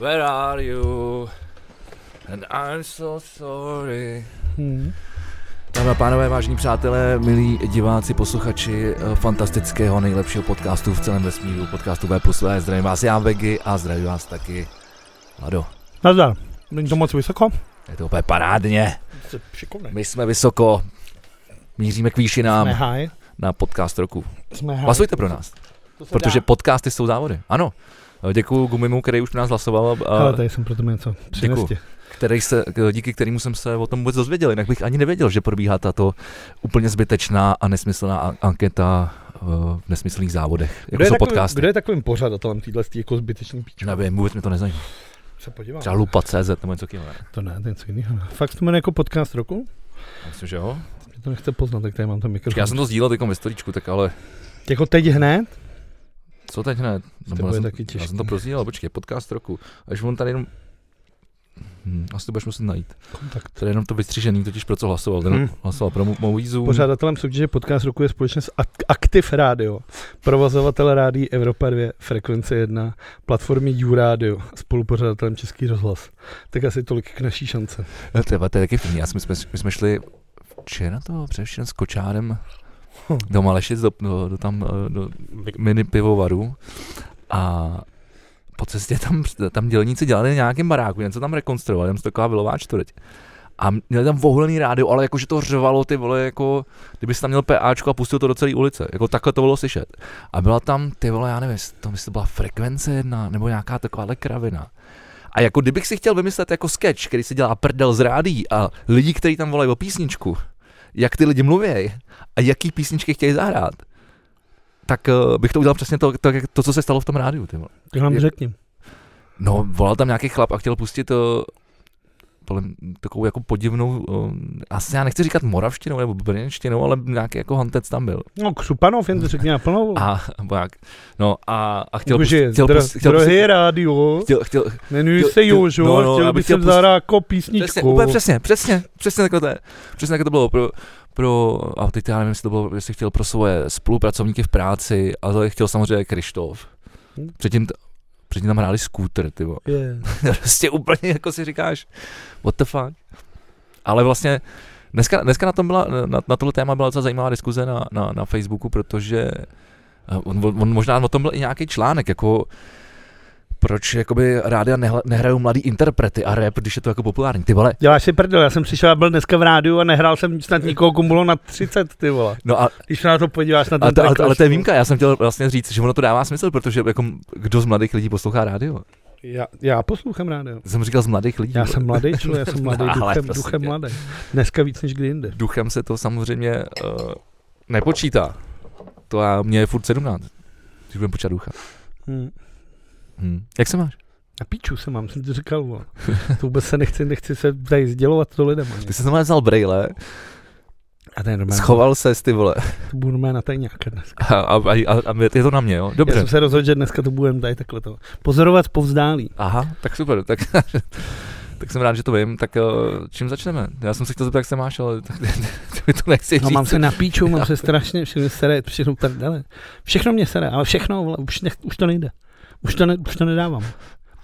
Where are you? And I'm so sorry. Hmm. Dámy a pánové, vážní přátelé, milí diváci, posluchači eh, fantastického nejlepšího podcastu v celém vesmíru, podcastu V plus V. Zdravím vás já, Vegy, a zdravím vás taky. Lado, Nazdar. Není to moc vysoko? je to úplně parádně. Jsi Šikovný. My jsme vysoko, míříme k výšinám Jsme high. na podcast roku. Jsme high. Hlasujte pro nás, To se protože dá. podcasty jsou závody. Ano, děkuji Gumimu, který už pro nás hlasoval, eh, a- Hele, tady jsem pro tebe něco přines Jako ti. který se, k- díky kterému jsem se o tom vůbec dozvěděl, jinak bych ani nevěděl, že probíhá tato úplně zbytečná a nesmyslná a- anketa eh, v nesmyslných závodech, jako je jsou takový- podcasty. kdo je takovým pořadatelem téhle jako zbytečný píčo? Nevím, vůbec mi to nezajímá. Se podívám. Třeba Lupa CZ nebo něco takového. ne? To ne, to je něco jiného. Fakt se to jmenuje jako podcast roku? Já Myslím, že jo. Mě to nechce poznat, tak tady mám ten mikrofon. Počkej, Já jsem to sdílel jako ve storičku, tak ale Jako teď hned? co teď hned? já, tebou je jsem, taky já těžký. jsem to prozdílel, počkej, podcast roku. Až on tady jenom... Hm, asi to budeš muset najít. Kontakt. Tady jenom to vystřížený, totiž pro co hlasoval. Ten Hm. hlasoval pro Mo- Moizu. Pořadatelem soutěže podcast roku je společnost Ak- Aktiv Radio, provozovatel rádií Evropa 2, Frekvence 1, platformy YouRadio, spolupořadatelem Český rozhlas. Tak asi tolik k naší šance. No, Třeba to je taky vtipný. Já jsme, jsme, my jsme šli včera to bylo především s kočárem Hm. do Malešic, do, do, do tam eh, do mini pivovaru a po cestě tam, tam dělníci dělali na nějakém baráku, něco tam rekonstruovali, tam se taková vilová čtvrť. A měli tam vohlený rádio, ale jakože to řvalo ty vole, jako kdyby jsi tam měl PAčko a pustil to do celé ulice. Jako takhle to bylo slyšet. A byla tam ty vole, já nevím, jestli to, jestli to byla frekvence jedna, nebo nějaká takováhle kravina. A jako kdybych si chtěl vymyslet jako sketch, který se dělá prdel z rádí a lidi, kteří tam volají o písničku, jak ty lidi mluví a jaký písničky chtějí zahrát, tak eh, bych to udělal přesně to, to, jak- to co se stalo v tom rádiu. Ty vole. Tak nám Je- řekni. No, volal tam nějaký chlap a chtěl pustit uh, takovou jako podivnou, uh, asi já nechci říkat moravštinou nebo brněnštinou, ale nějaký jako hantec tam byl. No, Křupanov, jen to řekni naplno. A, nebo jak, no a, a chtěl, Bože, pustit- chtěl, dra- pustit- chtěl, drahé pustit- rádio, chtěl, chtěl, jmenuji chtěl- se chtěl- Jožo, no, no, já chtěl bych bych chtěl jsem pustit- zahrát jako Přesně, písničku. úplně přesně, přesně, přesně takhle to je. Přesně takhle to bylo pro, pro, a teď já nevím, jestli to bylo, jestli chtěl pro svoje spolupracovníky v práci, ale chtěl samozřejmě Krištof. Hm. Předtím, t- předtím tam hráli skútr, ty vole. Je. Prostě úplně jako si říkáš, what the fuck. Ale vlastně dneska, dneska na, tom byla, na, na tohle téma byla docela zajímavá diskuze na, na, na Facebooku, protože eh, on, on, možná o tom byl i nějaký článek, jako proč jakoby rádia nehla- nehrajou mladý interprety a rap, když je to jako populární. Ty vole, Děláš si prdel, já jsem přišel a byl dneska v rádiu a nehrál jsem snad nikoho, komu bylo na 30, ty vole. No a, Když se na to podíváš na ten ale, to, ale, to- ale to je tracklist, výjimka, já jsem chtěl vlastně říct, že ono to dává smysl, protože jako m- kdo z mladých lidí poslouchá rádio? Já, já poslouchám rádio. Jsem říkal z mladých lidí. Já vole. jsem mladý člověk, já jsem mladý, Ale prostě. duchem, prosím duchem tě. mladý. Dneska víc než kdy jinde. Duchem se to samozřejmě uh, nepočítá. To já, mě je furt 17, když budeme počítat ducha. Hmm. Hm. Jak se máš? Na píču se mám, jsem ti říkal, vole. To vůbec se nechci, nechci se tady sdělovat to lidem. ani. Ty jsi znamená vzal brejle, A ten normálně, schoval se ty vole to budu mé na tajňáka dneska. a, a, a, a, a je to na mě, jo? Já Dobře. jsem se rozhodl, že dneska to budeme tady takhle to pozorovat povzdálí. Aha, tak super, tak, tak jsem rád, že to vím, tak eh, čím začneme? Já jsem se chtěl zeptat, jak se máš, ale tak, to mi to nechci říct. No mám se na píču, mám se strašně, všechno mě sere, všechno prdele. Všechno mě sere, ale všechno, vole, už, nech, už to nejde. Už to, ne, už to nedávám.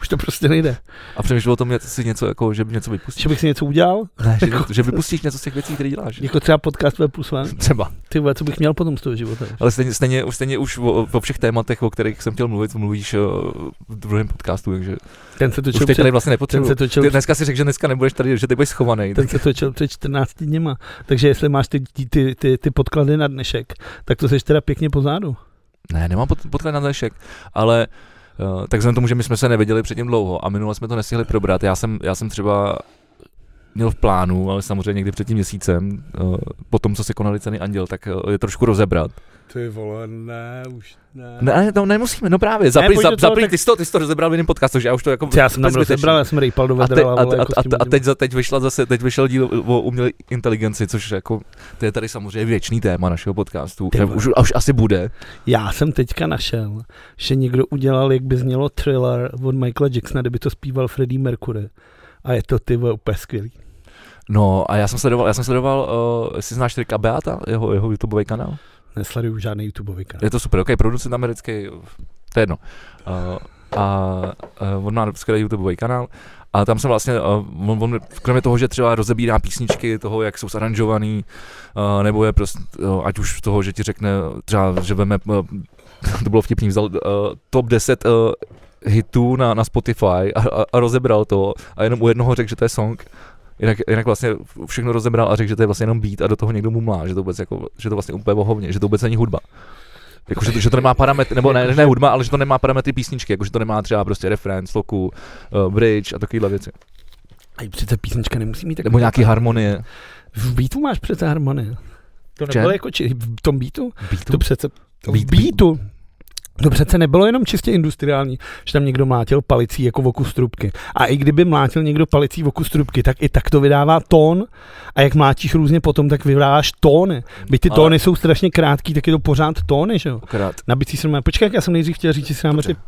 Už to prostě nejde. A přemýšlel o tom, jestli si něco, jako, že by něco vypustil. Že bych si něco udělal, Ne, že, že vypustíš něco z těch věcí, které děláš. jako třeba podcast ve plus one, Třeba. ty vole, co bych měl potom z toho života. Ale stejně, stejně, už- stejně už o, o všech tématech, o kterých jsem chtěl mluvit, mluvíš eh, v druhém podcastu, takže Ten se už teď točil, před, tady vlastně ten nepotřebuji. se točil, Ty dneska si řekl, že dneska nebudeš tady, že ty budeš schovaný. ten se točil před 14 dněma. Takže jestli máš ty, ty, ty, ty, ty podklady na dnešek, tak to seš teda pěkně pozadu. Ne, nemám pod, podklad na dnešek, ale eh, tak vzhledem k tomu, že my jsme se neviděli předtím dlouho a minule jsme to nestihli probrat. Já jsem, já jsem třeba měl v plánu, ale samozřejmě někdy před tím měsícem, eh, po tom, co se konaly ceny Anděl, tak eh, je trošku rozebrat. Ty vole, ne, už Ne, ale to nemusíme, no právě, zapri, pojď za, do toho, zapri tak- ty, jsi to, ty jsi to rozebral v jiném podcastu, že já už to jako... Já jsem tam bezbytečný. rozebral, já jsem rejpal do a, te, vedra. a, vole, te, a, jako s tím a, a lidem. teď, za, teď, vyšla zase, teď vyšel díl o umělé inteligenci, což jako, to je tady samozřejmě věčný téma našeho podcastu, Ty že vole. už, a už asi bude. Já jsem teďka našel, že někdo udělal, jak by znělo thriller od Michaela Jacksona, kdyby to zpíval Freddie Mercury. A je to ty vole úplně skvělý. No a já jsem sledoval, já jsem sledoval, uh, jestli znáš Trika Beata, jeho, jeho YouTubeový kanál. Nesleduju žádný YouTubeový kanál. Je to super, ok, producent americký, to je jedno. Uh, a uh, on má skvělý YouTubeový kanál a tam jsem vlastně, uh, on, on, kromě toho, že třeba rozebírá písničky toho, jak jsou zaranžovaný, uh, nebo je prostě, uh, ať už toho, že ti řekne třeba, že veme, uh, to bylo vtipný, vzal uh, top 10 uh, hitů na, na Spotify a, a, a rozebral to a jenom u jednoho řekl, že to je song. Jinak, jinak vlastně všechno rozebral a řekl, že to je vlastně jenom beat a do toho někdo mu mlá, že to vůbec jako, že to vlastně úplně vohovně, že to vůbec není hudba. Jako, že, to, že to nemá parametry, nebo ne, ne hudba, ale že to nemá parametry písničky, jako, že to nemá třeba prostě refrén, sloku, uh, bridge a takovéhle věci. A přece písnička nemusí mít Nebo nějaký harmonie. V beatu máš přece harmonie. To Čem? nebylo jako či, v tom beatu? Beatu? To přece, To v beat- beatu. To přece nebylo jenom čistě industriální, že tam někdo mlátil palicí jako voku trubky. A i kdyby mlátil někdo palicí voku trubky, tak i tak to vydává tón. A jak mlátíš různě potom, tak vydáváš tóny. Byť ty Ale- tóny jsou strašně krátký, tak je to pořád tóny, že jo? Akorát. Na bicí se máme. Počkej, jak já jsem nejdřív chtěl říct, že si dáme Dobře. ty...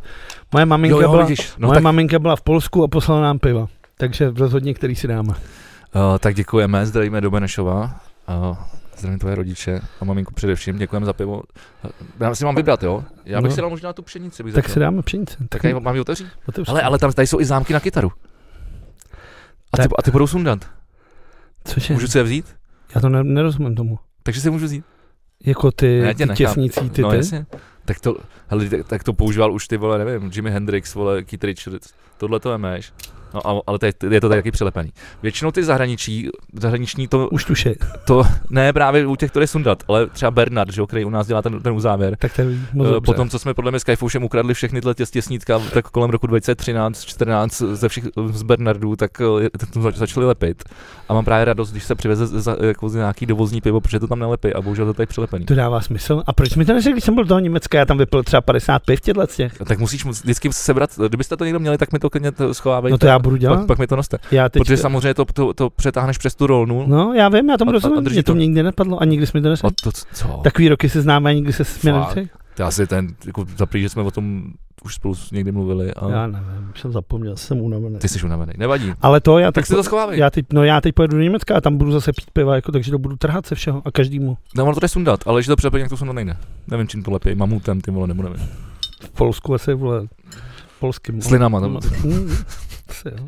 Moje maminka, Jo, jo, byla, vidíš. No, moje tak, maminka byla v Polsku a poslala nám piva. Takže rozhodně, který si dáme. uh, tak děkujeme, zdravíme do Benešova. Uh, zdravím tvoje rodiče a maminku především, děkujeme za pivo. Eh, Já si mám vybrat, jo? Já bych No. si dal možná tu pšenici. Bych Tak zapil. si dáme pšenice. tak tady mám ji otevřít? otevři. Ale, ale tam tady jsou i zámky na kytaru. A ty, Tak. a ty budou sundat. Cože? Můžu si je vzít? Já to ne- nerozumím tomu. Takže si je můžu vzít. Jako ty, Já tě ty nechám. těsnicí, ty, no, ty. Jasně. Tak to, hele, tak, tak, to používal už ty vole, nevím, Jimi Hendrix, vole, Keith Richards, tohle to vemeš. No, a- ale tady, je to tady taky přelepený. Většinou ty zahraničí, zahraniční to, Už tuše. ne právě u těch, které sundat, ale třeba Bernard, že, jo, který u nás dělá ten, ten uzávěr. Tak to je moc No, dobře. Potom, co jsme podle mě s Kajfoušem ukradli všechny tyhle tě- těsnítka, tak kolem roku 2013 14 ze všech z Bernardů, tak eh, to zač- začali lepit. A mám právě radost, když se přiveze z- za, jako z nějaký dovozní pivo, protože to tam nelepí a bohužel to tady přilepený. To dává smysl. A proč mi to neřekl, když jsem byl do toho Německa, já tam vypil třeba 55 těchto těch. Tak musíš mu- vždycky sebrat, eh, kdybyste to někdo měli, tak mi to klidně to schovávejte. No to já budu pak, dělat. pak mi to noste. Já teď... Protože samozřejmě to, to, to přetáhneš přes tu rolnu. No, já vím, já tomu A- a- a rozumím. drží Mě to to. mě nikdy nepadlo a nikdy jsme to neřekl. A to c- co? Tak Takový roky se známe a nikdy se jsme Fakt. neřekl. to je asi ten, jako zaprý, že jsme o tom už spolu někdy mluvili a Já nevím, už jsem zapomněl, jsem unavený. no. ty jsi unavený. Nevadí. Ale to já Tak teď, si to schovávej. já teď, no já teď pojedu do Německa a tam budu zase pít piva, jako, takže to budu trhat se všeho a každému. No, ono to jde sundat, ale že to přepadne, jak to sundat nejde. Nevím, čím to lepí. Mamutem, ty vole, nebo nevím. V Polsku asi, vole, polským. Slinama tam. Hmm, asi jo.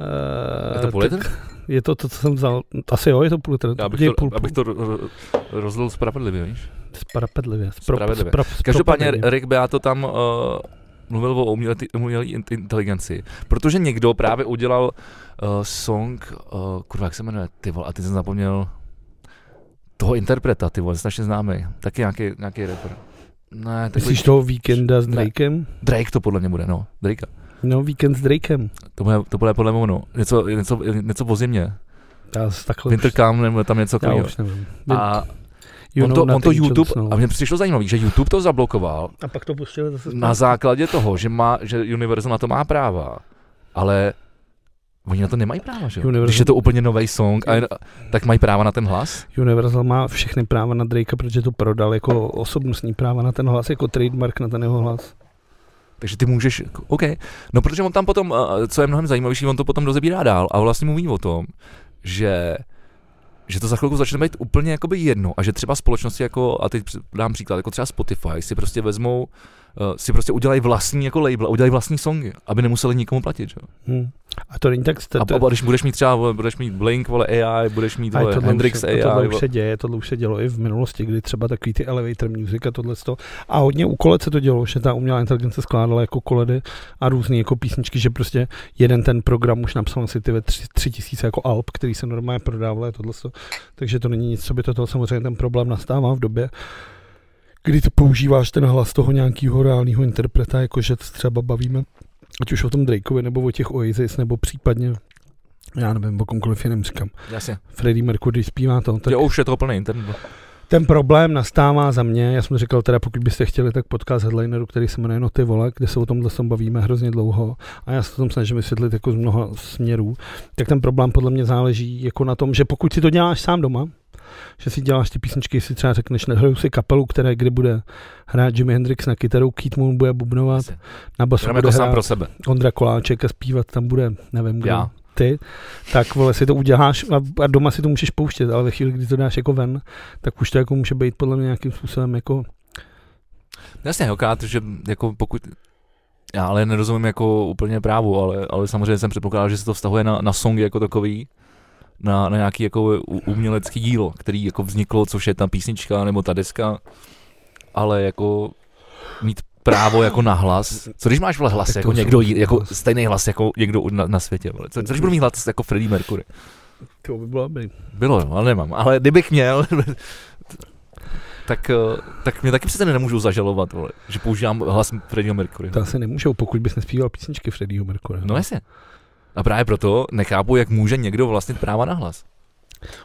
Eh, Je to půl tak litr? Je to to, co jsem vzal. Asi jo, je to půl litr. Já bych Je to, půl, abych to ro- ro- rozlil spravedlivě, víš? Sparapedlivě. Spravedlivě. Každopádně Rick Beato tam uh, mluvil o umělé umělé in- inteligenci, protože někdo právě udělal uh, song, uh, kurva, jak se jmenuje, ty vole, a ty jsem zapomněl toho interpreta, ty vole, strašně známý, taky nějaký, nějaký rapper. Ne, takový, Myslíš toho víkenda s Ne. Drakem? Drake to podle mě bude, no, Drake. No, víkend s Drakem. To bude, to bude podle mě ono, něco, něco, něco po zimě, Já s- takhle Winter Calm, nebo tam něco já takového. už nevím. A You on know to, on to nothing, YouTube, Jon Snow. a mně přišlo zajímavé, že YouTube to zablokoval, a pak to pustili zase. na zpátky. základě toho, že, má, že Universal na to má práva, ale oni na to nemají práva, že jo? Universal- Když je to úplně nový song, a, tak mají práva na ten hlas? Universal má všechny práva na Drakea, protože to prodal jako osobnostní práva na ten hlas, jako trademark na ten jeho hlas. Takže ty můžeš, OK. No protože on tam potom, eh, co je mnohem zajímavější, on to potom dozebírá dál a vlastně mluví o tom, že že to za chvilku začne být úplně jakoby jedno a že třeba společnosti jako, a teď dám příklad, jako třeba Spotify si prostě vezmou, eh, si prostě udělají vlastní jako label a udělají vlastní songy, aby nemuseli nikomu platit, že? jo? Hm. A to není tak... A, a, když budeš mít třeba, vole, budeš mít Blink, vole AI, budeš mít Ale vole, tohle Hendrix už, se- AI, tohle už vole. se děje, tohle už se dělo i v minulosti, kdy třeba takový ty elevator music a tohle to. A hodně u koled se to dělo, že ta umělá inteligence skládala jako koledy a různé jako písničky, že prostě jeden ten program už napsal si ty ve tři, tři tisíce jako alb, který se normálně prodával a tohle to. Takže to není nic, co by to toho samozřejmě ten problém nastává v době, kdy ty používáš ten hlas toho nějakého reálného interpreta, jakože se třeba bavíme, ať už o tom Drakeovi, nebo o těch Oasis, nebo případně já nevím, o komkoliv jiném říkám. Jasně. Freddie Mercury zpívá to. Tak Jo, už je to plný internet. ten problém nastává za mě. Já jsem říkal, teda pokud byste chtěli, tak podcast headlineru, který se jmenuje No ty vole, kde se o tomhle tom bavíme hrozně dlouho a já se to tam snažím vysvětlit jako z mnoha směrů, tak ten problém podle mě záleží jako na tom, že pokud si to děláš sám doma, že si děláš ty písničky, si třeba řekneš, nehraju si kapelu, které kdy bude hrát Jimi Hendrix na kytaru, Keith Moon bude bubnovat, Jasně. na basu Jdeme bude to jako sám hrát pro sebe. Ondra Koláček a zpívat tam bude, nevím kdo Já. ty, tak vole si to uděláš a, a doma si to můžeš pouštět, ale ve chvíli, kdy to dáš jako ven, tak už to jako může být podle mě nějakým způsobem jako Jasně, jo, krát, že jako pokud Já ale nerozumím jako úplně právu, ale, ale samozřejmě jsem předpokládal, že se to vztahuje na, na songy jako takový, na, na nějaký jako u- umělecký dílo, který jako vzniklo, což je ta písnička nebo ta deska, ale jako mít právo jako na hlas. Co když máš vole hlas Tak to jako už někdo, jsou- jí- jako stejný hlas jako někdo na, na světě, vole. Co, co když budu mít hlas jako Freddie Mercury? To by bylo dobrý. Bylo, jo, ale nemám. Ale kdybych měl, tak, eh, tak mě taky přece nemůžou zažalovat, vole, že používám hlas Freddie Mercury. To asi nemůžou, pokud bys nespíval písničky Freddieho Mercury. No jasně. A právě proto nechápu, jak může někdo vlastnit práva na hlas.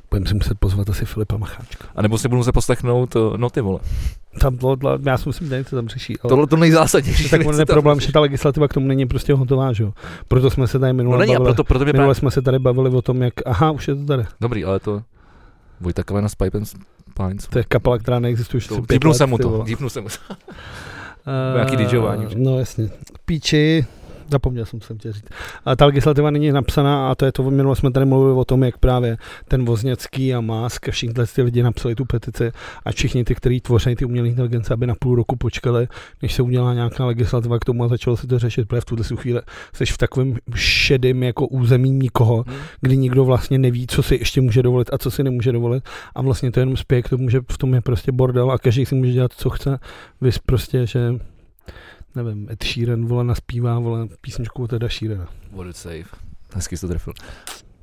Budeme si muset pozvat asi Filipa Macháčka. A nebo si budu muset poslechnout eh, no ty vole. Tam tohle, já si myslím, že něco tam řeší. Ale Tohle to nejzásadnější. tak on věc, je co- problém, že ta legislativa k tomu není prostě hotová, že jo. Proto jsme se tady minule No není, a bavili. proto, proto mě Minule právě... jsme se tady bavili o tom, jak, aha, už je to tady. Dobrý, ale to... Vojta Kalena z Pipe and Pines. To je kapela, která neexistuje už To- asi pět Dípnu let, se mu ty to, vole. dípnu se mu to. Eh, Nějaký DJování. No jasně. Píči, zapomněl jsem se tě říct. A ta legislativa není napsaná a to je to, minule jsme tady mluvili o tom, jak právě ten Vozněcký a Másk a všichni tyhle ty lidi napsali tu petici a všichni ty, kteří tvoří ty umělé inteligence, aby na půl roku počkali, než se udělá nějaká legislativa k tomu a začalo se to řešit, protože v tuhle tu chvíli jsi v takovém šedém jako území nikoho, Hmm. kdy nikdo vlastně neví, co si ještě může dovolit a co si nemůže dovolit. A vlastně to jenom spěje k tomu, že v tom je prostě bordel a každý si může dělat, co chce. Vys prostě, že nevím, Ed Sheeran, vole, naspívá, vole, písničku od Eda Sheerana. What it safe. Hezky jsi to trefil.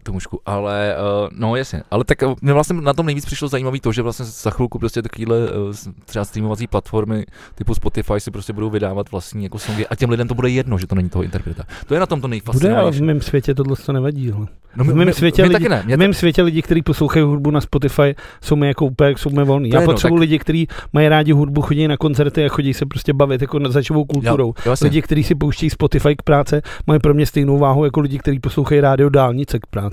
Tomušku, ale uh, no jasně, ale tak eh, mě vlastně na tom nejvíc přišlo zajímavé to, že vlastně za chvilku prostě takovýhle eh, s- třeba streamovací platformy typu Spotify si prostě budou vydávat vlastní jako songy a těm lidem to bude jedno, že to není toho interpreta. To je na tom to Bude, ale v nejfascinější. mém světě tohle to nevadí. hele. No, v mě- mém mě- světě mě lidi- taky ne, mě V mém světě lidi, kteří poslouchají hudbu na Spotify, jsou mi jako úplně, jsou mi volní. To Já je jedno, potřebuji tak- lidi, kteří mají rádi hudbu, chodí na koncerty a chodí se prostě bavit jako nad začovou kulturou. Jo, jasně. Lidi, kteří si pouštějí Spotify k práce, mají pro mě stejnou váhu jako lidi, kteří poslouchají rádio dálnice k práce.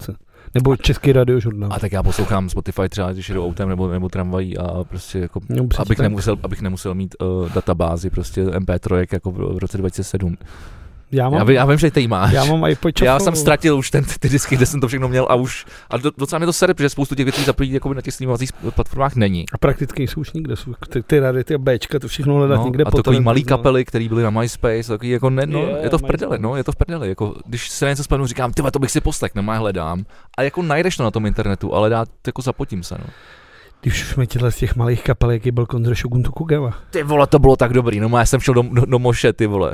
Nebo český radiožurnál. A tak já poslouchám Spotify třeba, když jedu autem nebo, nebo tramvají a prostě jako, No, přesně abych tak. nemusel, abych nemusel mít uh, databázi prostě MP3 jako v v roce 2007. Já Já, mám, vím, já vím, že ty ji máš. já mám iPod já Shuffle. jsem ztratil už ten, ty disky, kde jsem to všechno měl a už, a do, docela mě to sere, protože spoustu těch věcí zapojí jako na těch streamovacích platformách není. A prakticky jsou už nikde, jsou ty, ty rady, ty Bčka, to všechno hledat No, někde a po takový torrentu, malý no. kapely, který byly na MySpace, takový jako ne, no, Jo, je to v MySpace. prdeli, no, je to v prdeli, jako když se na něco spadnu, říkám, ty to bych si poslech, nemá hledám, a jako najdeš to na tom internetu, ale dá, jako zapotím se, no. Když už jsme těhle z těch malých kapel, jaký byl koncert Shogun Tokugawa. Ty vole, to bylo tak dobrý, no já jsem šel do, do, do moše, ty vole.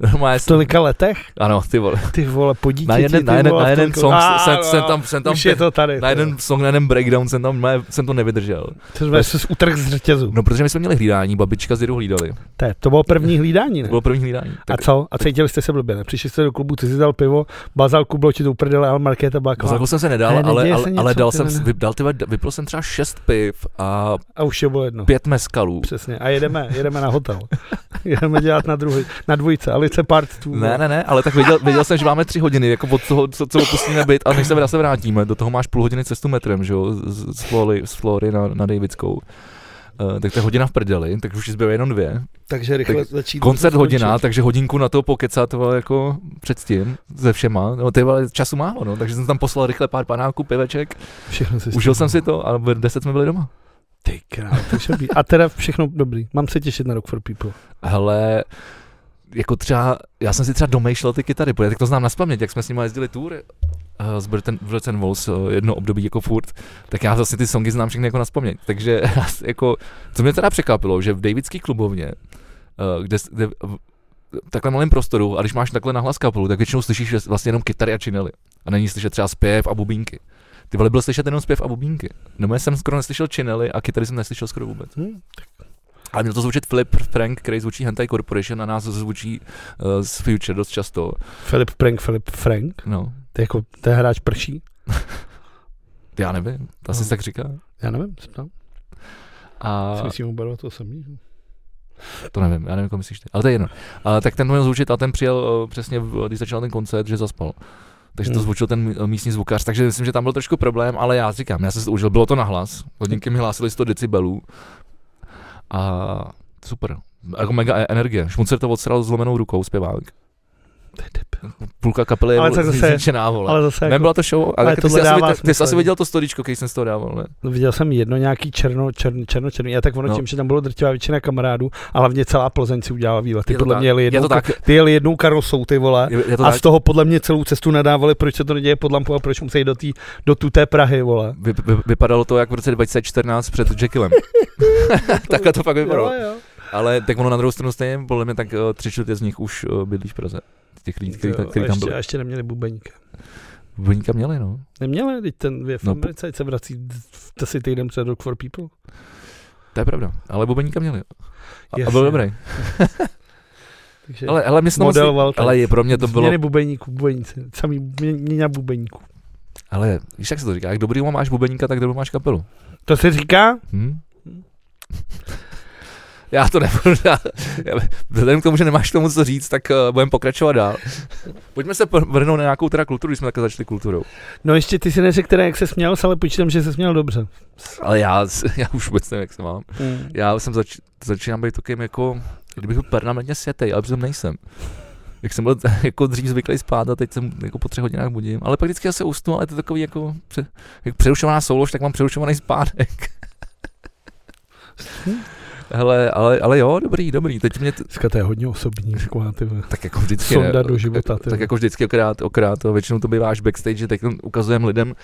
No já V jsem, tolika letech? ano, ty vole. Ty vole, podítěti, Na jeden, ty na jeden, vole, na v jeden tolika- song A, jsem, no, jsem tam, jsem tam, Už je to tady. na jeden song, na jeden breakdown jsem tam, ne, jsem to nevydržel. To jsme se utrh z řetězu. No, protože my jsme měli hlídání, babička s dědou hlídali. To, je- to bylo první hlídání, To ne? bylo první hlídání. A co? A cítili jste se blbě, ne? Přišli jste do klubu, ty si dal pivo, bazalku bylo ti to uprdele, ale Markéta byla No, kva. jako jsem se Ale nedal, ale, neděje ale, se ale něco, dal ty jsem, vole. vy, dal, ty, vole, vypil jsem třeba šest piv a A už je bylo jedno. pět meskalů. Přesně. A jedeme, jedeme na hotel. jedeme dělat na, druhý, na dvojice. Alice part 2. Ne, ne, ne, ale tak věděl, věděl jsem, že máme tři hodiny, jako od toho, co, co opustíme byt a než se zase vrátíme, do toho máš půl hodiny cestu metrem, že jo, z, z, Flory, z Flory na, na Davidskou. Uh, tak to je hodina v prdeli, tak už zbyly jenom dvě. Takže rychle Tak začít. Koncert musím hodina, skončit. takže hodinku na to pokecat vole, jako předtím se všema. No, ty vole, času málo, no, takže jsem tam poslal rychle pár panáků, piveček, Všechno si užil jsem si to a v 10 jsme byli doma. Ty král, to už je být. A teda všechno dobrý. Mám se těšit na Rock for People. Hele, jako třeba, já jsem si třeba domýšlel ty kytary, protože tak to znám na spaměť, jak jsme s nimi jezdili tour eh, s Burton, Burton Walls eh, jedno období jako furt, tak já vlastně ty songy znám všechny jako na spaměť. Takže já s- jako, co mě teda překvapilo, že v Davidský klubovně, eh, kde, s- kde v v takhle malém prostoru, a když máš takhle nahlas kapelu, tak většinou slyšíš ves- vlastně jenom kytary a činely. A není slyšet třeba zpěv a bubínky. Ty vole byl slyšet jenom zpěv a bubínky. No, já jsem skoro neslyšel činely a kytary jsem neslyšel skoro vůbec. Hm? Ale měl to zvučit Flip Frank, který zvučí Hentai Corporation a nás zvučí uh, z Future dost často. Filip Frank, Filip Frank. No, To je jako, to je hráč prší. já nevím, to asi No. se tak říká. Já nevím, se ptám. A Si myslím oba dva to samý. to nevím, já nevím, koho myslíš ty. Ale to je jedno. A, tak ten to měl zvučit a ten přijel uh, přesně, v- když začal ten koncert, že zaspal. Takže to Hmm. zvučil ten mí- místní zvukař, takže myslím, že tam byl trošku problém, ale já říkám, já jsem si to užil, bylo to nahlas, hodinky mi hlásily 100 decibelů a super, jako mega e- energie. Šmuncer to odsral zlomenou rukou, zpěvák. To je debil. půlka kapely Ale je tak zase- zničená, vole. ale zase Ne, jako, byla to show, ale, ale jako ty, tohle jsi asi, dává viděl- ty jsi smysl. asi viděl to storičko, když jsem z toho dával, ne? no, viděl jsem jedno nějaký černo, černo, černo, černý, já tak ono No. tím, že tam bylo drtivá většina kamarádů, a hlavně celá Plzeň si udělala výlet. Ty Je to podle tak. mě jeli jednou, Je to tak, ty jeli jednou karosou, ty vole. je, je to A tak. z toho podle mě celou cestu nadávali, proč se to neděje pod lampou a proč musí jít do, tý, do tuté Prahy, vole. Vy, vy, vypadalo to jak v roce 2014 před Jekyllem. Takhle to fakt vypadalo. jo. Ale tak ono na druhou stranu stejně, podle mě tak eh, tři čtvrtě z nich už eh, bydlí v Praze. Těch lidí, kteří Jo, kteří tam ještě, byli. a ještě neměli bubeníka. Buňka měli, no. Neměli, teď ten je v No, no, po- Americe, teď se vrací d- v- asi týden před Rock for People. To je pravda. Ale bubeníka měli. A, a Jasně. byl dobrý. Takže Ale, ale mě se to model musí- Valtec. ale je pro mě to bylo, Změny bubeníků, bubeníci, samý mě- měňa bubeníků. ale víš, jak se to říká, jak dobrý máš bubeníka, tak dobrou máš kapelu. To se říká? Hm? Já to nebudu dál. Já- Vzhledem k tomu, že nemáš k tomu co říct, tak uh, budeme pokračovat dál. Pojďme se pr- vrhnout na nějakou teda kulturu, když jsme takhle začali kulturou. No ještě ty si neřekl teda, jak se směl, ale počítám, že se směl dobře. Ale já, s- já už vůbec nevím, jak se mám. Mm. Já jsem zač, začínám být takovým jako, kdybych byl permanentně světej, ale přitom nejsem. Jak jsem byl jako dřív zvyklý spát a teď jsem jako po třech hodinách budím. Ale pak vždycky se usnu, ale to je takový jako, pře, jak přerušovaná soulož, tak mám přerušovaný spánek. Hele, ale, ale jo, dobrý, dobrý. Teď mě, t- Dneska to je hodně osobní, taková ty vole. tak jako vždycky, sonda do života. Ty. tak jako vždycky okrát, okrát, to většinou to býváš backstage, že tak ukazujeme lidem,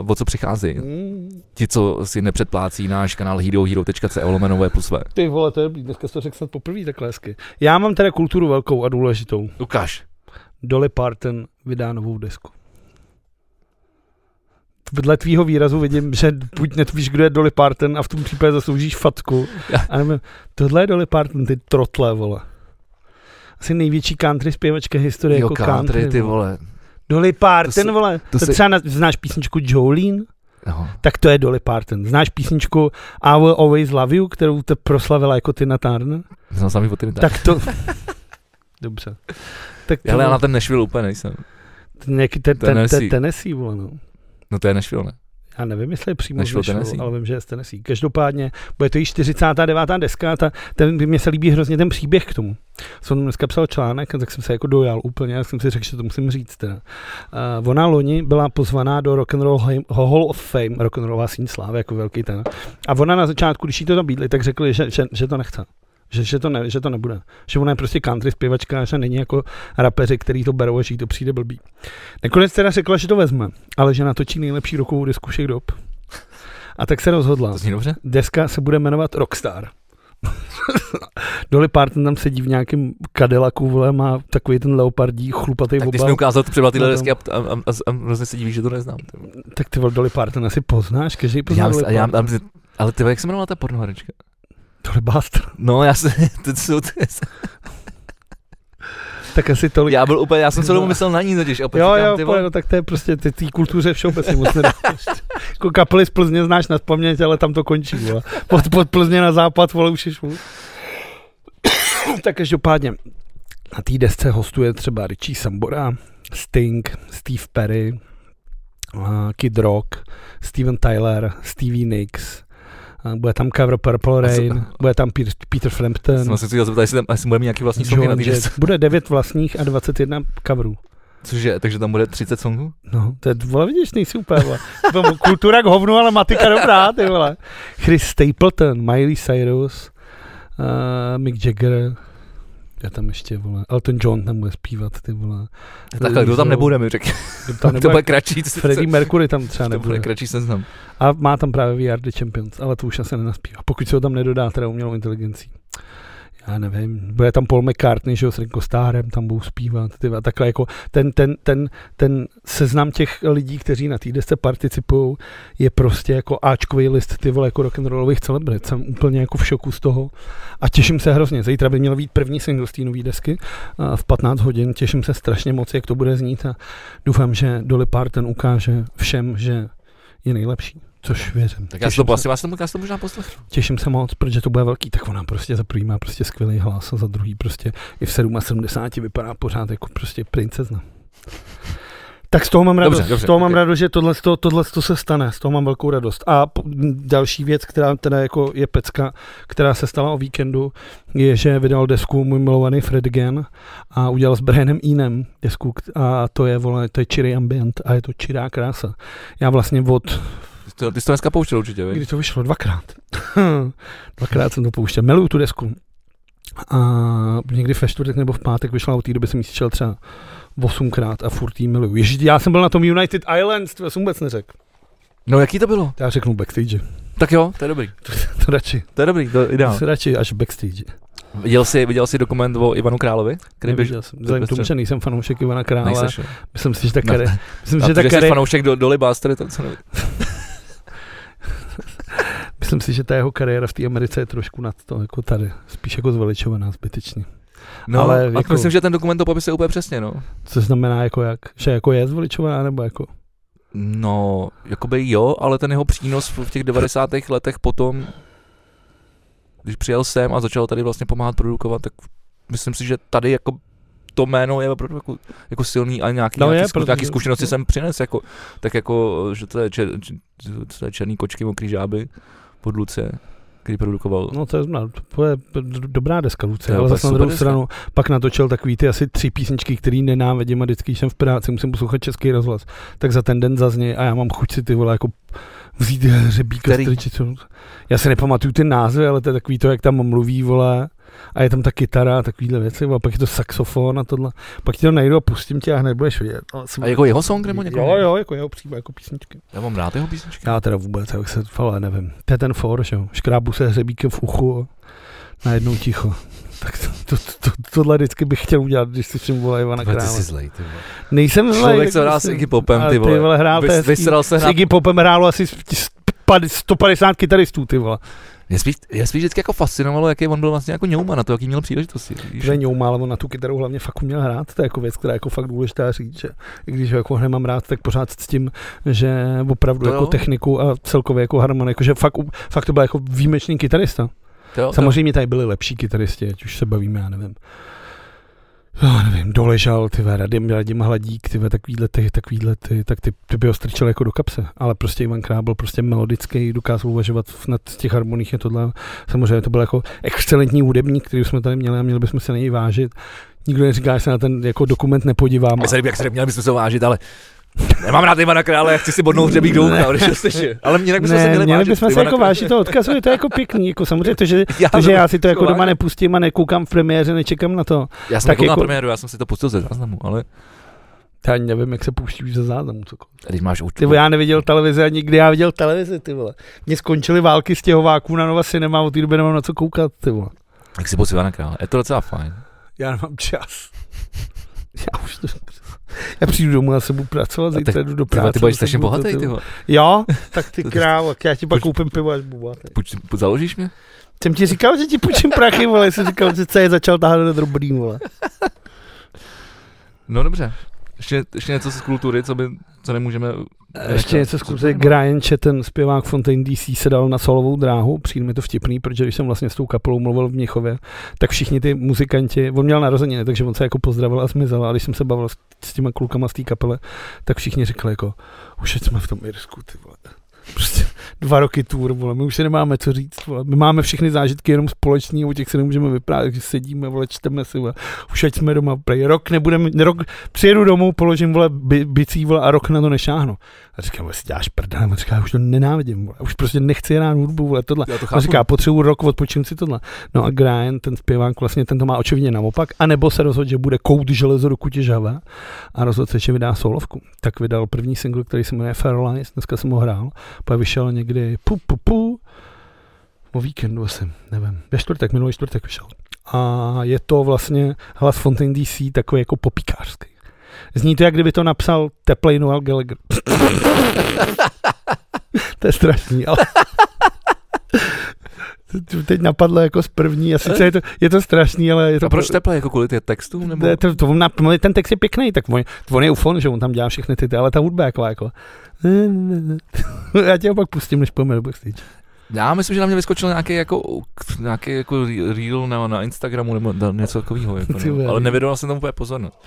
uh, o co přichází. Mm. Ti, co si nepředplácí náš kanál herohero.co lomeno V plus V. Ty vole, to je dobrý, dneska jsi to řekl snad poprvé takhle hezky. Já mám teda kulturu velkou a důležitou. Ukáž. Dolly Parton vydá novou desku. Vedle tvýho výrazu vidím, že buď netvíš, kdo je Dolly Parton a v tom případě zasloužíš fatku. A nevím, tohle je Dolly Parton, ty trotle, vole. Asi největší country zpěvačka historie Jo, jako country, country, ty vole. Dolly Parton, To se- vole. To, se- třeba na, znáš písničku Jolene? No. Tak to je Dolly Parton. Znáš písničku I Will Always Love You, kterou te proslavila jako Tina Turner? Znám samý potým tak. Tak to... Dobře. Tak to, Hele, já na ten Nashville úplně nejsem. Nějaký ten, ten, Tennessee. ten, Tennessee, vole, no. No to je Nashville, ne? Já nevím, jestli je přímo Nešlo Nešlo Nešlo, Tennessee. ale vím, že je z Tennessee. Každopádně bude to již 49. deska a ta, ten, mně se líbí hrozně ten příběh k tomu. Jsem dneska psal článek a tak jsem se jako dojal úplně, já jsem si řekl, že to musím říct. Teda. Uh, ona loni byla pozvaná do Rock and Roll Hall- Hall of Fame, Rock and Rollová síň slávy, jako velký ten. A ona na začátku, když jí to nabídli, tak řekli, že, že, že to nechce. Že, že, to ne, že to nebude. Že ona je prostě country zpěvačka, že není jako rapeři, který to berou a že jí to přijde blbý. Nakonec teda řekla, že to vezme, ale že natočí nejlepší rokovou disku všech dob. A tak se rozhodla. To zní dobře? Deska se bude jmenovat Rockstar. Dolly Parton tam sedí v nějakém Cadillacu, vole, má takový ten leopardí, chlupatý Tak když obal. mi ukázal ty třeba tyhle Na tom. desky a, a, a, a, a hrozně se divíš, že to neznám. ty vole. Tak ty vole, Dolly Parton asi poznáš, každý pozná Já, Dolly mysl- a já, Parton. a, ale ty, jak se jmenovala ta pornoherečka? Dolly Buster. No, já se, to jsou, ty, Tak asi tolik. já byl úplně, já jsem celou dobu myslel na ní totiž, a opět Jo, říkám, jo, ty pole, vole, no, tak to je prostě ty tý kultuře všeobecně moc nedá. jako kapely z Plzně znáš na paměť, ale tam to končí. Vole. Pod, pod Plzně na západ, vole, už je švůl. tak každopádně, na té desce hostuje třeba Richie Sambora, Sting, Steve Perry, a Kid Rock, Steven Tyler, Stevie Nicks, a bude tam cover Purple Rain, bude tam Peter, Peter Frampton, jsem se chtěl zeptat, jestli, tam, jestli bude mít nějaký vlastní songy na Joan té Jett. desce. Bude 9 vlastních a 21 coverů. Cože, takže tam bude 30 songů? No, to je, vole, vidíš, nejsi úplně, vole. Vole, Kultura k hovnu, ale matika dobrá, ty vole. Chris Stapleton, Miley Cyrus, uh, Mick Jagger, já tam ještě, vole, Elton John tam bude zpívat, ty vole. Takhle, kdo tam nebude, mi řekl. Kdo tam To nebude bude kratší, Freddie Mercury tam to třeba bude nebude. kratší seznam. A má tam právě VR The Champions, ale to už asi nenaspívá. Pokud se ho tam nedodá, teda umělou inteligencí. Já nevím, bude tam Paul McCartney, že jo, s Ringo Starrem, tam budou zpívat, ty, a takhle jako ten, ten, ten, ten seznam těch lidí, kteří na té desce participují, je prostě jako Ačkový list, ty vole, jako rock'n'rollových celebrit. Jsem úplně jako v šoku z toho a těším se hrozně. Zítra by měl být první single z té nové desky a v 15 hodin. Těším se strašně moc, jak to bude znít a doufám, že Dolly Parton ukáže všem, že je nejlepší. Což věřím. Tak já si Těším to, asi vás tomu, já si to možná poslechnu. Těším se moc, protože to bude velký, tak ona prostě za prvý má prostě skvělý hlas a za druhý prostě i v 77 vypadá pořád jako prostě princezna. Tak z toho mám radost, Dobře, dobře, z toho mám ok. radost že tohle, tohle se stane, z toho mám velkou radost. A p- další věc, která teda jako je pecka, která se stala o víkendu, je, že vydal desku můj milovaný Fred Gen a udělal s Brianem Inem desku k- a to je, vole, to je čirý ambient a je to čirá krása. Já vlastně od Ty jsi to, ty jsi to dneska pouštěl určitě, Kdy vej? to vyšlo? Dvakrát. Dvakrát jsem to pouštěl. Miluju tu desku. A někdy ve čtvrtek nebo v pátek vyšla, a od té doby jsem ji slyšel třeba osmkrát a furt jí miluju. Ježiš, já jsem byl na tom United Islands, to jsem vůbec neřekl. No jaký to bylo? To já řeknu backstage. Tak jo, to je dobrý. To radši, To je dobrý, to je no. ideál. to radši až backstage. Viděl jsi, viděl jsi dokument o Ivanu Královi? Který běž... Neviděl jsem, vzhledem k tomu, Petře. že nejsem fanoušek Ivana Krále, Nejseš, jo. myslím si, že ta No. kare, myslím, A si, to, že ta že jsi kare, fanoušek do, Dolly Buster, to co nevím. myslím si, že ta jeho kariéra v té Americe je trošku nad to, jako tady, spíš jako zveličovaná zbytečně. No, Ale ale jako... jako- myslím, že ten dokument to popisuje úplně přesně, no. Co znamená jako jak, že jako je zveličovaná, nebo jako... No, jakoby jo, ale ten jeho přínos v v těch 90. letech potom, když přijel sem a začal tady vlastně pomáhat produkovat, tak myslím si, že tady jako to jméno je opravdu jako, jako silný a nějaký, No nějaký, je, zku, protože- nějaký zkušenosti jsem přines, jako, tak jako, že to je, čer, č- č- to je černý kočky, mokrý žáby pod Luce, který produkoval. No, No to je, zna- to je d- dobrá deska, To Luce, je ale úplně zase na super druhou deska. stranu pak natočil takový ty asi tři písničky, který nenávidím a vždycky, když jsem v práci, musím poslouchat český rozhlas, tak za ten den zazní a já mám chuť si ty vole jako vzít hřebíka Který? z tričicu. Já si nepamatuju ty názvy, ale to je takový to, jak tam mluví, vole, a je tam ta kytara a takovýhle věci, vole, a pak je to saxofon a tohle. Pak ti to najdu a pustím tě a hned budeš vidět. Ale jsem- a jako jeho song nebo někoho? Jo, jo, jako jeho příběh, jako písničky. Já mám rád jeho písničky. Já teda vůbec, jak se ale nevím. To je ten for, že jo. Škrábu se hřebíkem v uchu a najednou ticho. Tak to, to, to, tohle vždycky bych chtěl udělat, když slyším vole Ivana Ty Krále. jsi zlej, ty vole. Nejsem zlej. Člověk, tak co hrál s prostě- Iggy Popem, Ale ty vole. Ty vole, hrál to Vys, hezký. vysral se S hrát Iggy Popem hrálo asi s- s- pad- 150 kytaristů, ty vole. Mě spíš, já spíš vždycky jako fascinovalo, jaký on byl vlastně jako ňouma na to, jaký měl příležitosti. víš? Že ňouma, ale on na tu kytaru hlavně fakt uměl hrát, to je jako věc, která je jako fakt důležitá říct, že i když ho jako nemám rád, tak pořád s tím, že opravdu To jako No jo. techniku a celkově jako harmonii, jako že fakt, u- fakt to byl jako výjimečný kytarista. To jo, to- Samozřejmě tady byli lepší kytaristi, ať už se bavíme, já nevím. Já nevím, doležal, ty ve, Radim, Radim Hladík, ty ve, takovýhle ty, takovýhle ty, tak ty, ty by ho strčil jako do kapse. Ale prostě Ivan Král byl prostě melodický, dokázal uvažovat v- nad těch harmoniích je tohle. Samozřejmě to byl jako excelentní hudebník, který jsme tady měli a měli bychom se na něj vážit. Nikdo neříká, že se na ten jako dokument nepodíváme. Já se líbí, jak se neměli bychom se vážit, ale nemám rád Ivana Krále, já chci si bodnout hřebík do ucha, když ho slyším. Ale mě jinak bychom se měli, měli vážit, bychom se Ivana jako Krále. vážit, to odkazuje, to je jako pěkný, jako samozřejmě to, že, Já, to, že jsem- já si to jako doma vážit. nepustím a nekoukám v premiéře, nečekám na to. já jsem tak tak jako... jako- na premiéru, já jsem si to pustil ze záznamu, ale Já ani nevím, jak se pouští už ze záznamu cokoliv. když máš Ty určitě. vole, já neviděl televizi a nikdy já viděl televizi, ty vole. Mně skončily války stěhováků na Nova Cinema, od té doby nemám na co koukat, ty vole. Jak si pustil Ivana Krále, je to docela fajn. Já nemám čas. Já už to... Já přijdu domů a se budu pracovat, tak zítra jdu do Ty, práce. vole, ty budeš zase strašně budu to, bohatý, ty vole. vole. Jo, tak ty To- to- krávo, já ti pak Pojď- koupím pivo, až budu bohatý. Půjč, půjč, založíš mě? Jsem ti říkal, že ti půjčím prachy, vole, jsem říkal, že se je začal tahat do drobný, vole. No dobře. Ještě, ještě něco z kultury, co, by, co nemůžeme... Ještě něco zkusit. Brian Chetten, zpěvák Fontaine DC, se dal na solovou dráhu. Přijde mi to vtipný, protože když jsem vlastně s tou kapelou mluvil v Měchově, tak všichni ty muzikanti, on měl narozeniny, takže on se jako pozdravil a zmizel. A když jsem se bavil s, s těma klukama z té kapele, tak všichni říkali jako, už ať jsme v tom Irsku, ty vole. Prostě dva roky tour, vole, my už se nemáme co říct, vole. my máme všechny zážitky jenom společný, o těch se nemůžeme vyprávět, takže sedíme, vole, čteme si, vole. už ať jsme doma, prej, rok nebudeme, rok, přijedu domů, položím, vole, bi, bicí, vole, a rok na to nešáhnu. A říkám, vole, si děláš prdel, a říká, já už to nenávidím, vole. už prostě nechci hrát hudbu, vole, tohle. Já to A chápu. říká, potřebuji rok, odpočím si tohle. No a Brian, ten zpěvák, vlastně ten to má očividně naopak, anebo se rozhodl, že bude kout železo do kutěžavé a rozhodl se, že vydá solovku. Tak vydal první single, který se jmenuje Fairlies, dneska jsem ho hrál, pak vyšel někdy pu, pu, pu, o víkendu asi, nevím, ve čtvrtek, minulý čtvrtek vyšel. A je to vlastně hlas Fontaine DC takový jako popíkářský. Zní to, jak kdyby to napsal Teplej Noel Gallagher. to je strašný, ale to teď napadlo jako z první, a sice je to, je to strašný, ale je to... A proč teple, jako kvůli těch textů? Nebo... Ne, to, to, on nap- mluví- ten text je pěkný, tak on, to on je ufon, že on tam dělá všechny ty, ty ale ta hudba je jako, jako já tě ho pak pustím, než pojďme do backstage. Já myslím, že na mě vyskočil nějaký jako, nějaký jako re- reel na, na Instagramu nebo na něco takového. Jako, Ty vole. no. Ale nevědomal jsem tomu úplně pozornost.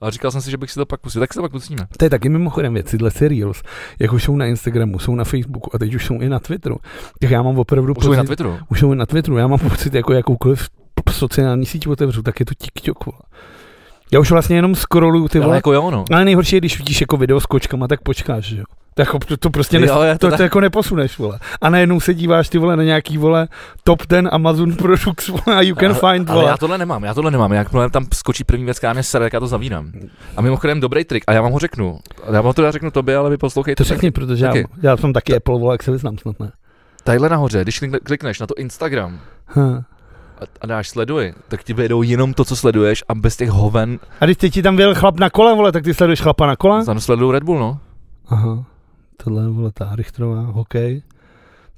Ale říkal jsem si, že bych si to pak pustil. Tak si to pak pustíme. To je taky mimochodem věc, tyhle si Reels, jako jsou na Instagramu, jsou na Facebooku a teď už jsou i na Twitteru. Tak já mám opravdu Už jsou i na Twitteru. už jsou i na Twitteru, já mám pocit, jako jakoukoliv sociální síť otevřu, tak je to TikTok. vole. Já už vlastně jenom scrolluju ty Ale vole. jako jo, no. Ale nejhorší je, když vidíš jako video s kočkama, tak počkáš, že jo. Tak jako to, to prostě ne, jo, já to, tak- to, jako neposuneš, vole. A najednou se díváš ty vole na nějaký vole top ten Amazon Products vole, a you can ale, find ale vole. já tohle nemám, já tohle nemám. Jakmile tam skočí první věc, která mě sere, tak já to zavírám. A mimochodem dobrý trik, a já vám ho řeknu. Já vám to já řeknu tobě, ale vy poslouchejte. To řekni, protože já, Taky. já jsem taky Apple vole, jak se vyznám snad ne. Tadyhle nahoře, když klik- klikneš na to Instagram Ha. a, a dáš sleduj, tak ti vyjedou jenom to, co sleduješ a bez těch hoven A když teď ti tam vyjel chlap na kole, vole, tak ty sleduješ chlapa na kole? tam sledují Red Bull, no. Aha, tohle je vole ta Richterová, hokej,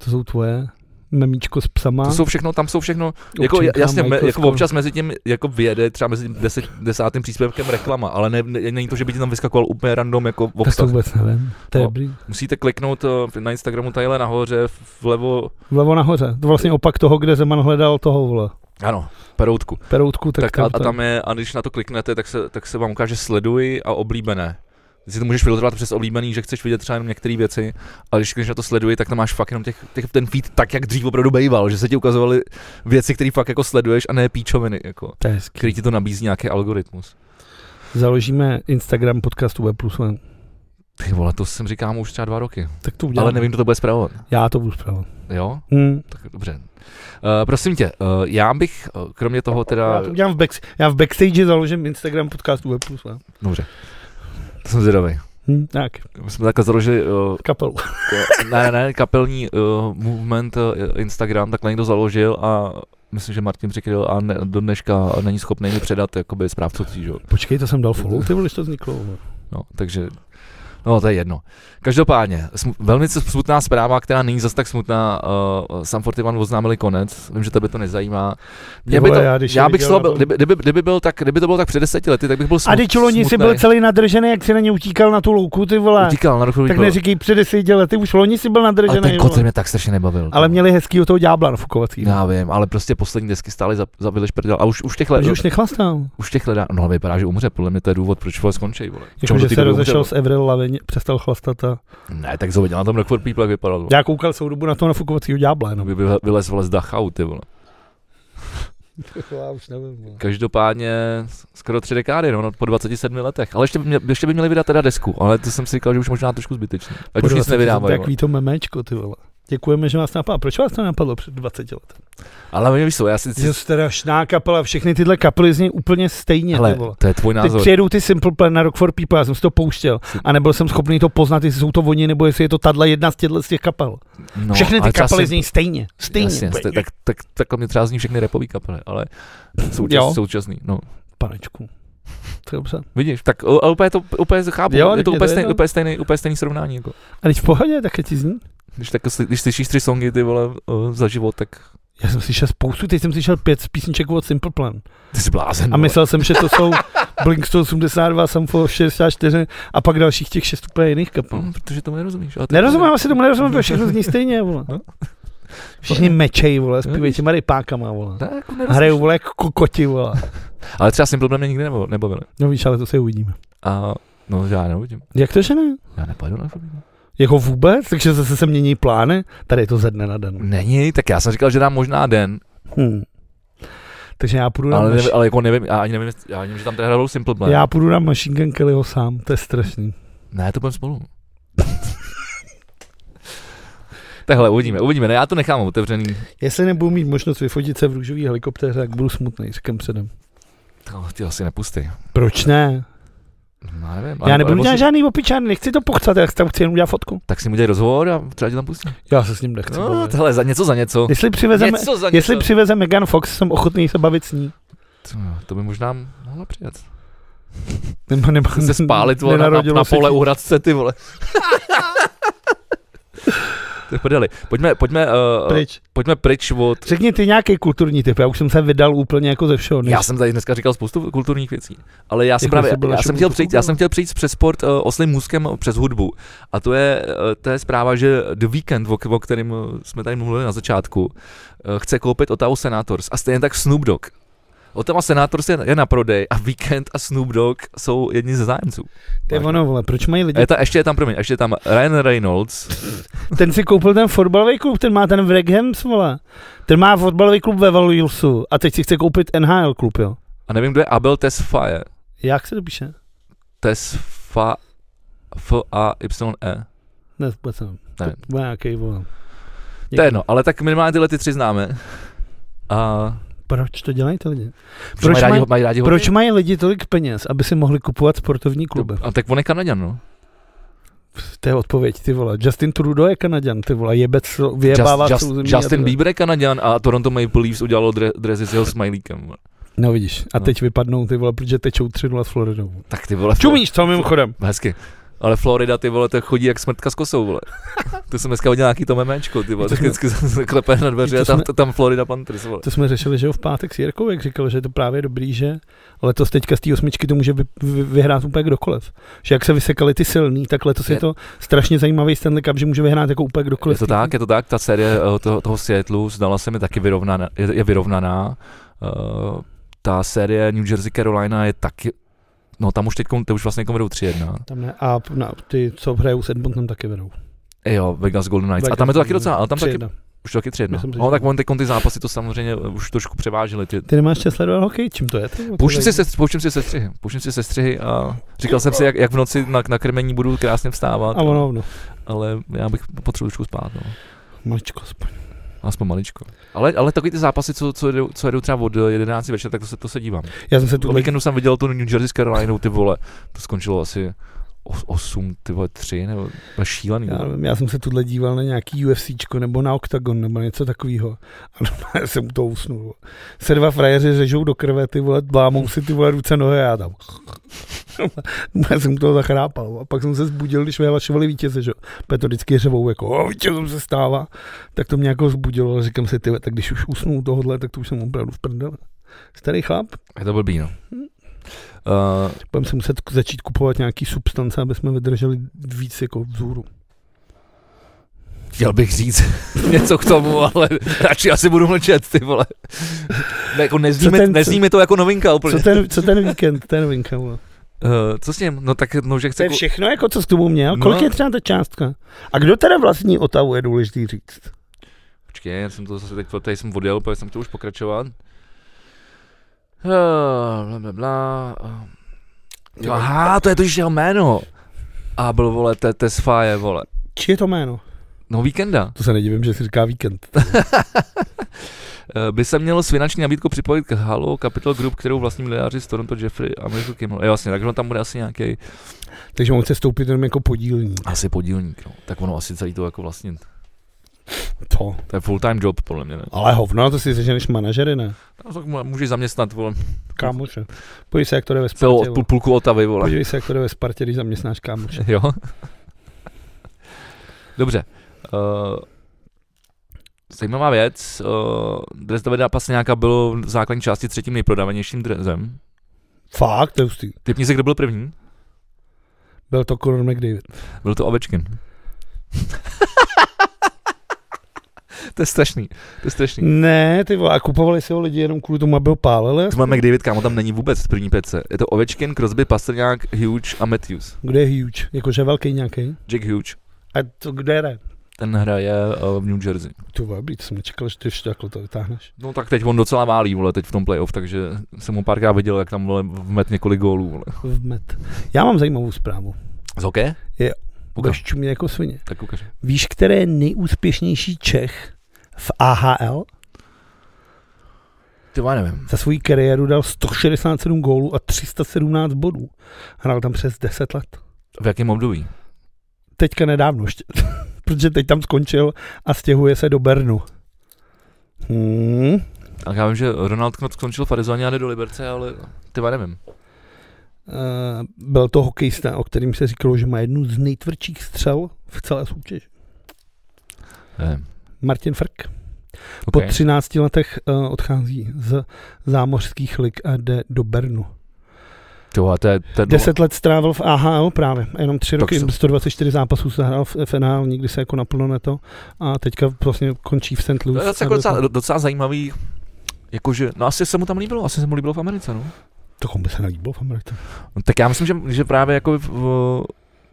to jsou tvoje, memíčko s psama. To jsou všechno, tam jsou všechno, jako, občanka, jasně, me, Michael jako Scott. občas mezi tím jako vyjede třeba mezi tím deset, desátým příspěvkem reklama, ale ne, ne, není to, že by ti tam vyskakoval úplně random jako Tak to obsah. vůbec nevím, to je No. dobrý. Musíte kliknout eh, na Instagramu tadyhle nahoře, vlevo, Vlevo nahoře, to vlastně opak toho, kde Zeman hledal toho, vole, ano, peroutku. peroutku, tak, Tak, tak a, a, tam je, a když na to kliknete, tak se, tak se vám ukáže sleduj a oblíbené. Ty si to můžeš filtrovat přes oblíbený, že chceš vidět třeba jenom některé věci, ale když, když na to sleduji, tak tam máš fakt jenom těch, těch, ten feed tak, jak dřív opravdu bejval, že se ti ukazovaly věci, které fakt jako sleduješ a ne píčoviny, jako, To je hezký. který ti to nabízí nějaký algoritmus. Založíme Instagram podcast UB+. plusem. Ty vole, to jsem říkám už třeba dva roky, Tak to Dělám. uděláme. ale nevím, kdo to bude zpravovat. Já to budu spravovat. Jo? Hmm. Tak dobře. Uh, prosím tě, uh, já bych, uh, kromě toho teda... Já to udělám v back, já v backstage založím Instagram podcast UB+. plusem. Dobře. To jsem zvědavý. Hm, tak, My jsme takhle založili uh, kapelu. Ka- ne, ne, kapelní uh, movement uh, Instagram, takhle někdo založil a myslím, že Martin Přikryl a ne, do dneška není schopný mi předat jakoby správcovství, že? jo. Počkej, to jsem dal follow, ty vole, když to vzniklo. vole. No, takže, no to je jedno. Každopádně, sm- velmi s- smutná zpráva, která není zas tak smutná, uh, Sam Fortiman oznámili konec, vím, že tebe to nezajímá. Mě by vole, to, já já, když já jsem bych viděl slova na byl, tom- kdyby, kdyby, kdyby, byl tak, kdyby to bylo tak před deseti lety, tak bych byl smut, A teď loni si byl smutnej. celý nadržený, jak si na ně utíkal na tu louku, ty vole. Utíkal na ruchu, Tak neříkej před deseti lety, už loni si byl ale nadržený. ten koncert vole. mě tak strašně nebavil. ale no. to- měli hezkýho toho ďábla nafukovací. Já vím, ale prostě poslední desky stály za, za vyleš prdel. A už, už těch Takže let, už nechlastal. už těch hledá, no ale vypadá, že umře, podle mě to je důvod, proč vole skončí, vole. K čemu do Jakože té Jako, se doby rozešel umřel? s Avril Lavigne, přestal chlastat a... Ne, tak zoviděl na tom Rock for People, jak vypadalo. Já koukal celou dobu na toho nafukovacího ďábla jenom. Vy, vy, No, vylez vole z Dachau, ty vole. Já už nevím. Každopádně s- skoro tři dekády, no, no, po 27 letech. Ale ještě by, mě, ještě by měli vydat teda desku, ale to jsem si říkal, že už možná trošku zbytečný. Ať už nic nevydávají. vole. Takový to memečko, ty vole. Děkujeme, že vás napadlo. Proč vás to napadlo před 20 lety? Ale oni jsou, já si... si Že strašná kapela, všechny tyhle kapely zní úplně stejně, ty hele, vole. to je tvůj Teď názor. přijedou ty Simple Plan na Rock for People, já jsem si to pouštěl a nebyl jsem schopný to poznat, jestli jsou to oni, nebo jestli je to tahle jedna z těchto z těch kapel. No, Všechny ty ale třeba kapely si- zní stejně. Stejně. Jasně, Úplně. jste, tak, tak, takhle mě třeba zní všechny repový kapely, ale Jo. součas, současný, no. Panečku. To je dobře. Vidíš, tak o, ale úplně to úplně chápu, Jo, jo, je teď to je úplně, to stejný, jedno. úplně, stejný, úplně stejný srovnání. Jako. A když v pohodě, tak ti zní. Když, tak, sly- když slyšíš tři songy ty vole o, za život, tak Já jsem slyšel spoustu, teď jsem slyšel pět z písniček od Simple Plan. ty jsi blázen. A vole. myslel jsem, že to jsou Blink 182, Samfo 64 a pak dalších těch šest úplně jiných kapel. No, protože tomu nerozumíš. ale to- Nerozumím, asi tomu nerozumím, protože všechno zní stejně, vole. No. Všichni mečej, vole, zpívají víš. těma rypákama, vole. Ne, jako nerozumíš. Hrajou, vole, jako kokoti, vole. Ale třeba Simple Plan mě nikdy nebo- nebavili. No víš, ale to se uvidíme. A no, já neuvidím. Jak to, že ne? Já nepojdu na Fabinu. Jako vůbec? Takže zase se mění plány? Tady je to ze dne na den. Není, tak já jsem říkal, že dám možná den, Hm. Takže já půjdu na ale, maš... nevím, ale jako nevím, já ani nevím, jestli- já ani nevím, že tam teda hrál Simple Plan. Já půjdu na Machine Gun Kellyho sám, to je strašný. Ne, to budeme spolu. Takhle, uvidíme, uvidíme. Ne, já to nechám otevřený. Jestli nebudu mít možnost vyfotit se v růžové helikoptéře, tak budu smutný, říkám předem. To, ty asi nepustej. Proč ne? No, já nevím. Já ale- nebudu nebo dělat si- žádný opičárny, nechci to pochcat, já tam chci jenom udělat fotku. tak si mu dělej rozhovor a třeba tě tam pustí. Já se s ním nechci No, bavit. tohle, za něco, za něco. Jestli přiveze, me, něco za něco. jestli přiveze Megan Fox, jsem ochotný se bavit s ní. To, to by možná mohla přijet. Nemá, nemá, Se spálit vole, na, na, nenarodilo na se pole ti- u Hradce, ty vole. to je v prdeli. Pojďme, pojďme, uh, Pryč. pojďme pryč od... Řekni ty nějaký kulturní typ, já už jsem se vydal úplně jako ze všeho. Než... Já jsem tady dneska říkal spoustu kulturních věcí, ale já jsem Jako právě, jestli byla já jsem, šumu chtěl to přijít, koupila. já jsem chtěl přijít přes sport uh, oslým můzkem přes hudbu. A to je, uh, to je zpráva, že The Weeknd, o, o kterém eh, jsme tady mluvili na začátku, uh, chce koupit Ottawa Senators a stejně tak Snoop Dogg. Otava Senátor se je na prodej a Weekend a Snoop Dogg jsou jedni ze zájemců. To je ono, vole, proč mají A lidi? je ta, ještě je tam, promiň, ještě je tam Ryan Reynolds. Eh. Ten si koupil ten fotbalový klub, ten má ten Wrexham, vole. Ten má fotbalový klub ve Valuilsu a teď si chce koupit NHL klub, jo. A nevím, kdo je Abel Tesfaye. Jak se to píše? Tesfa... F-A-Y-E. Ne, vůbec nevím. To Nevím. bude nějaký, vole. To je jedno, ale tak minimálně tyhle ty tři známe. A Proč to dělají ty lidi? proč mají, rádi, mají- ho- mají rádi ho? Proč mají lidi tolik peněz, aby si mohli kupovat sportovní kluby? A tak on je Kanaděn, no. To je odpověď, ty vole. Justin Trudeau je Kanaděn, ty vole, jebec, vyjebává Just, just, souzemí a Justin tohle. Bieber je Kanaděn a Toronto Maple Leafs udělalo dre, dresy s jeho smajlíkem. vole. No vidíš, a No. teď vypadnou ty vole, protože tečou 3-0 s Floridou. Tak ty vole. Čumíš to mimochodem. Hezky. Ale Florida, ty vole, to chodí jak smrtka s kosou, vole. to jsem dneska udělal nějaký to memečko, ty vole, To tak jsme- vždycky se klepe na dveře To a tam, jsme- to- tam Florida Panthers, vole. To jsme řešili, že jo, v pátek s Jirkou, jak říkal, že je to právě dobrý, že letos teďka z té osmičky to může vy, vy, vyhrát úplně kdokoliv. Že jak se vysekali ty silný, tak letos je, Je- to strašně zajímavý Stanley Cup, že může vyhrát jako úplně Je kdokoliv. to tak, je to tak, ta série eh, toho, toho Seattleu zdala se mi taky vyrovnaná, je, je vyrovnaná. Eh, ta série New Jersey Carolina je taky, no tam už teď, to už vlastně komu jdou 3-1. Tam ne, a na, ty, co hrajou s Edmontonem, taky vedou. Eh, Jo, Vegas Golden Knights. A tam je to taky docela, ale tam taky, už taky 3-1. Myslím si, že- No tak on teď ty zápasy to samozřejmě už trošku převážily. Ty, Ty nemáš čas sledovat hokej, čím to je? ty vole, Pouštím to si, se, pouštím si sestřihy, pouštím si sestřihy a říkal jsem si, jak, jak v noci na, na krmení budu krásně vstávat, A ono, ono. ale já bych potřeboval trošku spát, no. Maličko aspoň. aspoň maličko. Ale, ale takový ty zápasy, co, co, jedou, co jedou třeba od 11 večer, tak to se, to se dívám. Já jsem se O tu víkendu jsem viděl tu New Jersey s Carolinou, ty vole, to skončilo asi 8, ty vole, 3, nebo to je šílený. Já, vole. nevím, já jsem se tuhle díval na nějaký UFCčko nebo na Octagon nebo něco takového. A normálně jsem to usnul. Se dva frajeři řežou do krve, ty vole, blámou si ty vole ruce nohy a já tam. já jsem toho zachrápal. A pak jsem se zbudil, když vyhlašovali vítěze, že jo. Protože to vždycky řevou, jako o, vítězům se stává. Tak to mě jako zbudilo. A říkám si, ty vole, tak když už usnu u tohohle, tak to už jsem opravdu v prdele. Starý chlap, Je to blbý, no. Hm. Uh, budeme si muset k- začít kupovat nějaký substance, aby jsme vydrželi víc jako vzhůru. Chtěl bych říct něco k tomu, ale radši asi budu mlčet, ty vole. Ne, jako nezní, Co mi, ten- nezní mi to jako novinka úplně. Co ten, co ten víkend, ten vinka, vole. Eh, co s ním? No tak, no, že To chce... je kou- všechno, jako co s tomu měl? No. Kolik je třeba ta částka? A kdo teda vlastní Otavu, je důležitý říct. Počkej, já jsem to zase teď, tady jsem odjel, protože jsem to už pokračovat. Eh, Bla, bla, bla. Jo, Aha, to je totiž jeho jméno. A byl, vole, te, Tesfaye, vole. Čí je to jméno? No víkenda. To se nedivím, že si říká víkend. Eh, by se mělo s finanční nabídkou připojit k Halo Capital Group, kterou vlastní miliardáři z Toronto Jeffrey a Michael Kimmel. Jo, jasně, takže on tam bude asi nějaký Takže on chce stoupit jenom jako podílník. asi podílník, no. Tak ono asi celý to jako vlastně, To. to je full-time job, podle mě, ne? Ale hovno, to si seženeš manažery, ne? No, tak mu- můžeš zaměstnat, vole, Kámoše. Podívej se, jak to jde ve Spartě. celou vole. půl, půlku Otavy, vole. Podívej se, jak to jde ve Spartě, když zaměstnáš kámoše. Jo. Dobře. Uh, zajímavá věc. Uh, dres Davida Apase nějaká byl v základní části třetím nejprodávanějším dresem. Fakt, to je hustý. Typni si, kdo byl první? Byl to Conor McDavid. Byl to Ovečkin. to je strašný. To je strašný. Ne, ty vole, a kupovali si ho lidi jenom kvůli tomu, aby ho pálili. To máme McDavid, kámo, tam není vůbec v první pece. Je to Ovečkin, Crosby, Pastrňák, Huge a Matthews. Kde je huge? Jakože velký nějaký? Jack Huge. A to kde je? Ten hraje uh, v New Jersey. Tu vole, blíd, jsem nečekal, že ty ještě takhle to vytáhneš. No tak teď on docela válí, vole, teď v tom playoff, takže jsem ho párkrát viděl, jak tam vole, vmet několik gólů, vole. V met. Já mám zajímavou zprávu. Z hokeje? Jo. Ukaž, Budeš čumě jako svině. tak ukaž. Víš, který je nejúspěšnější Čech v AHL? Ty já nevím. Za svou kariéru dal 167 gólů a 317 bodů. Hrál tam přes 10 let. V jakém období? Teďka nedávno ještě, protože teď tam skončil a stěhuje se do Bernu. Hmm. Tak já vím, že Ronald Knot skončil v Arizoně a jde do Liberce, ale ty já nevím. Eh, Byl to hokejista, o kterým se říkalo, že má jednu z nejtvrdších střel v celé soutěži. Ne, Martin Frk. Po okay. 13 letech eh, odchází z zámořských lig a jde do Bernu. Ty vole, to je, to je dlouho. Deset let strávil v AHL právě, a jenom tři Tak roky, jsem- 124 zápasů se hrál v FNL, nikdy se jako naplno neto a teďka vlastně končí v St. To Louis. je docela, A jako byl tam- docela, docela zajímavý Jakože, no asi se mu tam líbilo, asi se mu líbilo v Americe, no. To komu by se nelíbilo v Americe? no tak já myslím, že, že právě jako v,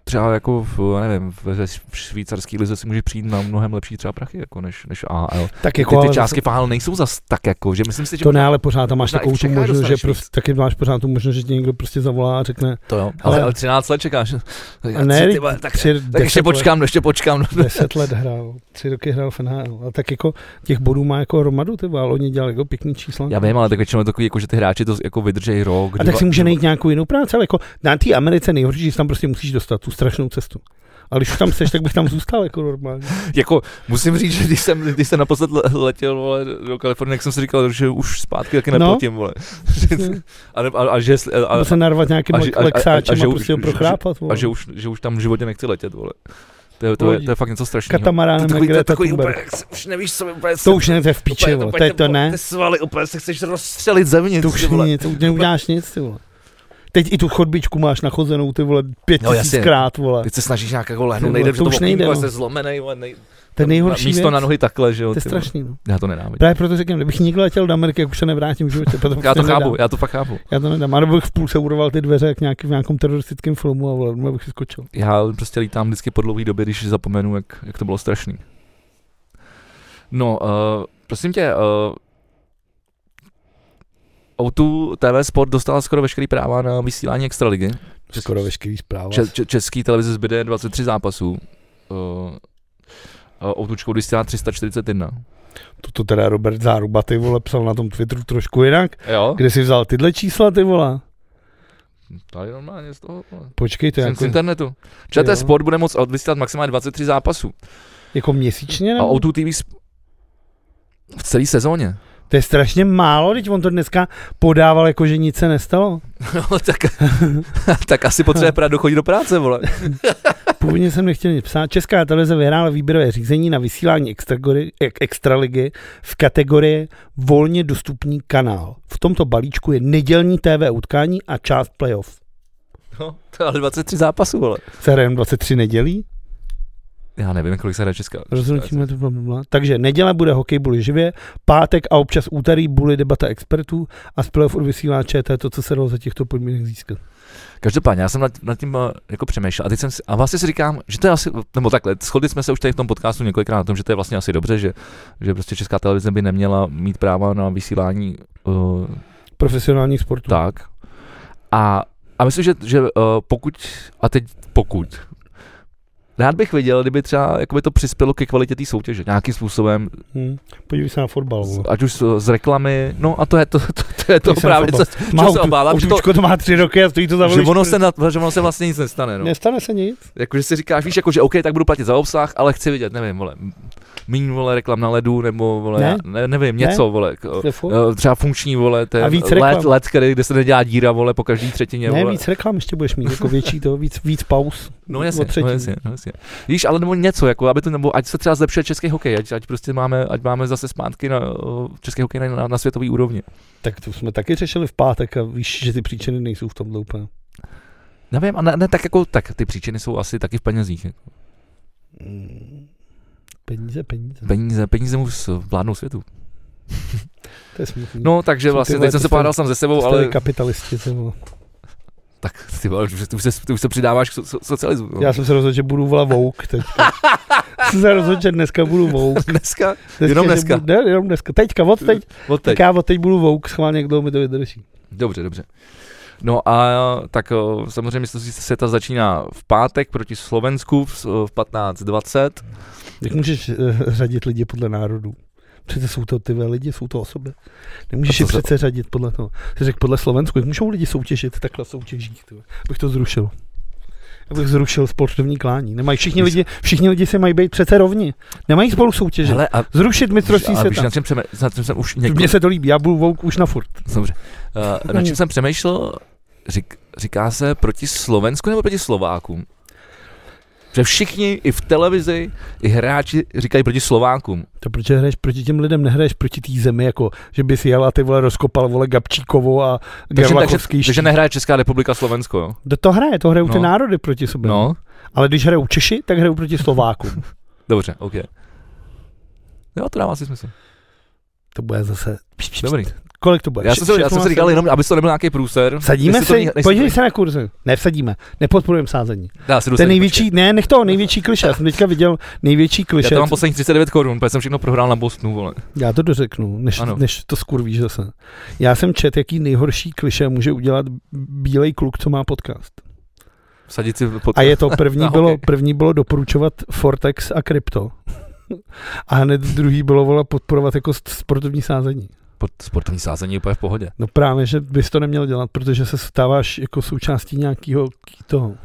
třeba jako v, nevím, ve v švýcarský lize si může přijít na mnohem lepší třeba prachy, jako než, než AL. Tak Ty, jako, ty ale částky fál nejsou zas tak jako, že myslím si, že to ne, ale pořád tam máš možná i v takovou tu Čechách možnost, že dostaneš prostě, taky máš pořád tu možnost, že ti někdo prostě zavolá a řekne, to jo, ale, ale- ale 13 let čekáš. a ne, ty vole, tak, při tak ještě deset let- počkám, ještě počkám. Deset let hrál, tři roky hrál v NHL. A tak jako těch bodů má jako hromadu, ty vole, ale oni dělali jako pěkný čísla. Já vím, ale tak většinou je takový, jako, že ty hráči to jako vydržejí rok. a tak si může najít nějakou jinou práci, ale jako na té Americe nejhorší, že si tam prostě musíš dostat tu strašnou cestu. Ale když už tam seš, tak bych tam zůstal jako normálně. Jako, musím říct, že když jsem, když jsem naposled le- letěl vole, do Kalifornie, jak jsem si říkal, že už zpátky taky No. neplatím, vole. a, ne- a, a, že, jestli- a, A, a, se narvat nějakým a že- a- a- a- a lexáčem a, že už- prostě ho že- prochrápat. a vole. že, už, že už tam v životě nechci letět, vole. To je, to je, to je fakt něco strašného. To Katamaránem je takový, to je Greta takový úplně, Thunberg. jak se, už nevíš, co mi úplně... To už ne, to je v piči, úplně- vole, úplně to je te- to ne. Ty svaly úplně se chceš rozstřelit zevnitř, To už ty vole. není, to už neuděláš nic, ty vole. Teď i tu chodbičku máš nachozenou, ty vole, pět No, jasně. tisíckrát, vole. Teď se snažíš nějak jako Ty lehnout, vole, nejde, to že to už nejde, okýnko je no. se zlomenej, vole, nej, To je nejhorší místo věc. na nohy takhle, že jo. To je ty vole. strašný, no. Já to nenávidím. Právě proto říkám, kdybych nikdy letěl do Ameriky, jak už se nevrátím v životě. Proto Já to prostě chápu, nedám. já to fakt chápu. Já to nedám. A nebo bych v půlce urval ty dveře jak nějaký, v nějakém teroristickém filmu a vole, nebo bych si skočil. Já prostě lítám vždycky po dlouhé době, když zapomenu, jak, jak to bylo strašný. No, uh, prosím tě, uh, Outu TV Sport dostala skoro veškerý práva na vysílání Extraligy. Skoro veškerý zpráva. Če- če- český televize zbyde 23 zápasů. eh, Uh, uh, Outučkou vysílá 341. To, to teda Robert Záruba, ty vole, psal na tom Twitteru trošku jinak. Jo? Kde si vzal tyhle čísla, ty vole? Tady normálně z toho. vole. Počkejte, Jsem z jako, internetu. ČT Jo. Sport bude moct odvysílat maximálně 23 zápasů. jako měsíčně? A Nebo? Outu TV sp- v celé sezóně. To je strašně málo, teď on to dneska podával, jako že nic se nestalo. No, tak, tak asi potřebuje Prado chodit do práce, vole. Původně jsem nechtěl nic psát. Česká televize vyhrála výběrové řízení na vysílání extragory- ek- extraligy v kategorii volně dostupný kanál. V tomto balíčku je nedělní TV utkání a část playoff. No, to je ale 23 zápasů, vole. Se hrajeme 23 nedělí, Já nevím, kolik se hraje Česká. rozhodnutíme to blablabla. Takže neděle bude hokej buli živě, pátek a občas úterý bude debata expertů a z playoff odvysílá ČT to, co se dalo za těchto podmínek získat. Každopádně, já jsem nad, nad tím eh, jako přemýšlel a teď jsem si, a vlastně si říkám, že to je asi, nebo takhle, shodli jsme se už tady v tom podcastu několikrát na tom, že to je vlastně asi dobře, že, že prostě Česká televize by neměla mít práva na vysílání uh, Profesionální sportu. tak. A, a myslím, že, že uh, pokud, a teď pokud, rád bych viděl, kdyby třeba jakoby to přispělo ke kvalitě té soutěže nějakým způsobem, Hm. Podívej se na fotbal. z, vole. ať už z, z reklamy, no a to je to, to, to, je to Když jsem právě, co, fotbal. Má se outu- obávám, že to- outučko to má tři roky a stojí to za že veličku. ono, se na, že ono se vlastně nic nestane, no. Nestane se nic. Jakože si říkáš, víš, jako, že OK, tak budu platit za obsah, ale chci vidět, nevím, vole, m- míň, vole, reklam na ledu, nebo, vole, Ne. ne? Ne, nevím, Ne. něco, vole, k, To je furt. eh, třeba funkční, vole, ten A víc let, reklam. let, který, kde se nedělá díra, vole, po každý třetině, Ne, vole. víc reklam ještě budeš mít, jako větší to, víc, víc pauz. No o jasně, no třetinu. jasně, no jasně. Víš, ale nebo něco, jako, aby to, nebo ať se třeba zlepšuje český hokej, ať, ať prostě máme, ať máme zase zpátky na eh, český hokej na, na, na světový úrovni. Tak to jsme taky řešili v pátek a víš, že ty příčiny nejsou v tomhle úplně. Nevím, a ne, ne, tak jako, tak ty příčiny jsou asi taky v penězích. Mm. Peníze, peníze. Peníze, peníze mu s- vládnou světu. To je smutný. No, takže Jsou vlastně ty vole, teď jsem to se jsou- pádal sám ze sebou, ale... ale kapitalisti. Ty vole. tak ty, vole, už- ty, už se, ty už se přidáváš k so, so, socialismu. no. Já jsem se rozhodl, že budu volat vouk teďka. jsem se rozhodl, že dneska budu vouk. Dneska? Dneska, Jenom že dneska? Budu, ne, jenom dneska. Teďka, od teď. Od teď. Tak já od teď budu vouk, schválně, jak dlouho mi to vydrží. Dobře, dobře. No a tak o, samozřejmě mistrovství světa začíná v pátek proti Slovensku v, s- v 15.20. Jak můžeš eh, řadit lidi podle národů? Přece jsou to ty vole lidi, jsou to osoby. A Nemůžeš co je za- přece řadit podle toho. Jsi řekl podle Slovensku, jak můžou lidi soutěžit takhle v soutěžích? Ty. vole? Bych to zrušil. Já bych zrušil sportovní klání. Nemají všichni Víš- lidi, všichni lidi se mají být přece rovni. Nemají spolu soutěžit. Hele, a Zrušit mistrovství ale víš, světa. na čem, přeme, na čem jsem už Mně někdy, se to líbí, já budu vouk už na furt. dobře, uh, na čem jsem přemýšlel, řík, říká se proti Slovensku nebo proti Slovákům? Že všichni, i v televizi, i hráči říkají proti Slovákům. To proč hraješ proti těm lidem, nehraješ proti té zemi, jako že bys jel a ty vole rozkopal vole Gabčíkovo a Takže, takže, Gerlachovský. takže nehraje Česká republika Slovensko, jo? Do to hraje, to hrajou ty No. národy proti sobě. No, Ale když hrajou Češi, tak hrajou proti Slovákům. dobře, OK. Jo, to dává asi smysl. to bude zase... Pš, pš, pš. Dobrý. Kolik to bude? Já jsem, Vše- si, já jsem všechno si má říkal sedm. jenom, aby to nebyl nějaký průser. Sadíme Jestli to si, ni- jestli to- podívej se na kurzy. Nevsadíme, nepodporujeme sázení. Dá se Ten dostat, největší, ne, nech toho největší kliše. Já jsem teďka viděl největší počkej. kliše. Já to mám posledních 39 korun, protože jsem všechno prohrál na Bostonu, vole. Já to dořeknu, než, Ano. než to skurvíš zase. Já jsem čet, jaký nejhorší kliše může udělat bílej kluk, co má podcast. Sadit si pod... A je to, první, No, bylo, okej. první bylo doporučovat Fortex a krypto. A hned druhý bylo vola podporovat jako st- sportovní sázení. pod sportovní sázení je úplně v pohodě. No právě, že bys to neměl dělat, protože se stáváš jako součástí nějakého toho.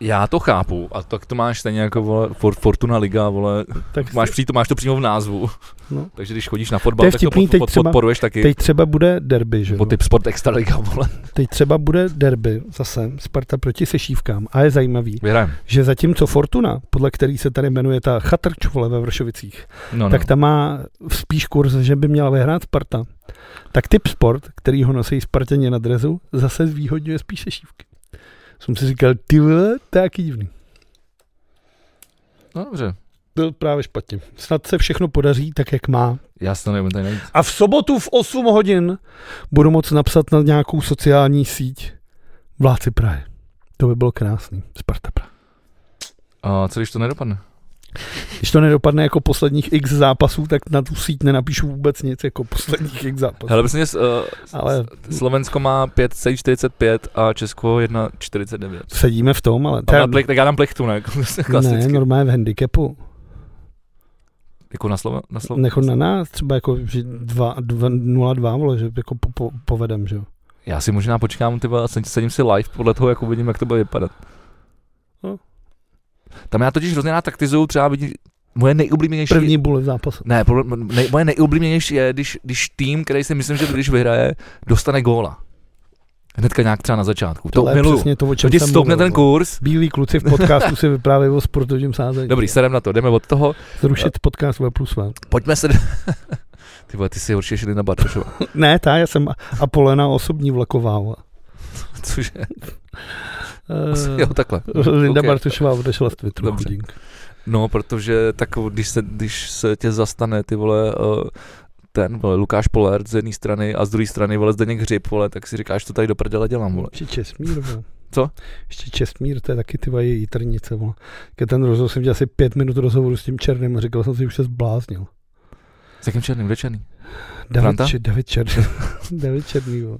Já to chápu, a tak to máš stejně jako vole, For, Fortuna Liga, vole, Tak máš, při, to, máš to přímo v názvu. No. Takže když chodíš na fotbal, je tak to vtipný, pod, teď pod, třeba- podporuješ taky. teď třeba bude derby, že? Nebo jo? typ Sport Extra Liga, vole. Teď třeba bude derby zase, Sparta proti sešívkám. A je zajímavý, Vyhrajem. že zatímco Fortuna, podle který se tady jmenuje ta chatrč vole ve Vršovicích, No, no. tak ta má spíš kurz, že by měla vyhrát Sparta. Tak typ sport, který ho nosí Spartěni na drezu, zase zvýhodňuje spíš sešívky. Jsem si říkal, ty vole, to je jaký divný. no dobře. Byl právě špatně. Snad se všechno podaří tak, jak má. Já si to nevím, tady nejít. A v sobotu v 8 hodin budu moc napsat na nějakou sociální síť vláci Prahy. To by bylo krásný. Sparta Praha. A co když to nedopadne? Když to nedopadne jako posledních x zápasů, tak na tu síť nenapíšu vůbec nic jako posledních x zápasů. Hele, myslím, že uh, Ale- Ale... Slovensko má 5,45 a Česko 1,49. Sedíme v tom, ale... Tam na plech, tak já dám plechtu, ne? ne, Klasicky. Ne, normálně v handicapu. jako na slovo. Na slovo. Nechod na nás, třeba jako že 0-2, vole, že jako po, po, povedem, že jo. Já si možná počkám, ty vole, sed- sedím si live podle toho, jak uvidím, jak to bude vypadat. No. Tam já totiž hrozně rád taktizuju, třeba vidím, moje nejoblíbenější... První bule v zápasu. Ne, podle- ne, moje nejoblíbenější je, když, když tým, který si myslím, že když vyhraje, dostane góla. Hnedka nějak třeba na začátku. To, je miluju. přesně to, o To čem no. ti jsem stoupne mluvil, ten vole. kurz. Bílí kluci v podcastu si vyprávějí o sportovním sázení. Dobrý, serem na to, jdeme od toho. Zrušit podcast ve plus vám. Pojďme se... Ty vole, ty jsi horší šli na Bartošova. Ne, ta, já jsem Apolena osobní vlaková. vole. Cože? Eh, Jo, takhle. Linda Ok. Bartošová odešla z Twitteru. Dobře. chudinka. No, protože tak když se, když se tě zastane ty vole eh, ten vole, Lukáš Polert z jedné strany a z druhé strany vole Zdeněk Hřib, vole, tak si říkáš, co tady do prdele dělám, vole. Ještě Česmír, vole. Co? Ještě Česmír, to je taky ty vaje jitrnice, vole. Ke ten rozhovor jsem dělal asi pět minut rozhovoru s tím černým a říkal jsem si, že už se zbláznil. S jakým černým, kde černý? David, Franta? Če- David Černý. David Černý, vole.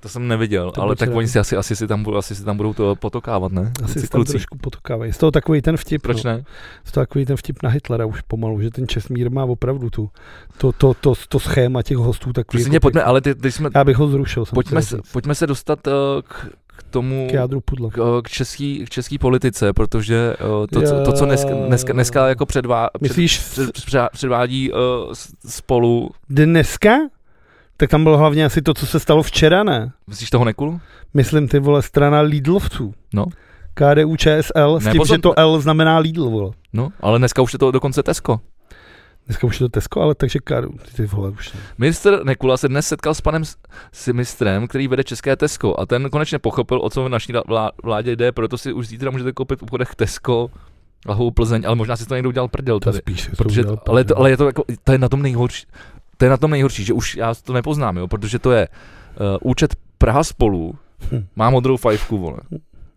To jsem neviděl, To byl ale tak černý. oni si asi, asi, si tam, budou- asi si tam budou to potokávat, ne? Asi Ty se tam trošku potokávají. Z toho takový ten vtip. Proč no. ne? Z toho takový ten vtip na Hitlera už pomalu, že ten Česmír má opravdu tu, to, to, to, to schéma těch hostů tak Prostě mě pojďme, ale ty, když jsme, Já bych ho zrušil. jsem pojďme, chtěl se, říct. pojďme se dostat eh, k, k tomu, K jádru pudla. k, k, český, k český politice, protože eh, to, co- to co dneska, dneska, dneska jako předvá, před, Myslíš s- před, před, předvádí eh, s- spolu, dneska? Tak tam bylo hlavně asi to, co se stalo včera, ne? myslíš toho Nekulu? Myslím ty vole strana Lidlovců. No. KDU ČSL s Ne, tím, pozor- že to L znamená Lidl, vole. No, ale dneska už je to dokonce Tesco. Dneska už je to Tesco, ale takže KDU, ty, ty vole už ne. Minister Nekula se dnes setkal s panem S- Simistrem, který vede české Tesco a ten konečně pochopil, o co v naší vlá- vládě jde, proto si už zítra můžete koupit v obchodech Tesco, Lahou Plzeň, ale možná si to někdo udělal prdel To tady. spíš. to Protože, udělal ale, to, prdel. ale je to, jako, to je na tom nejhorší, to je na tom nejhorší, že už já to nepoznám, jo, protože to je uh, účet Praha spolu, Hm. má modrou fajfku, vole.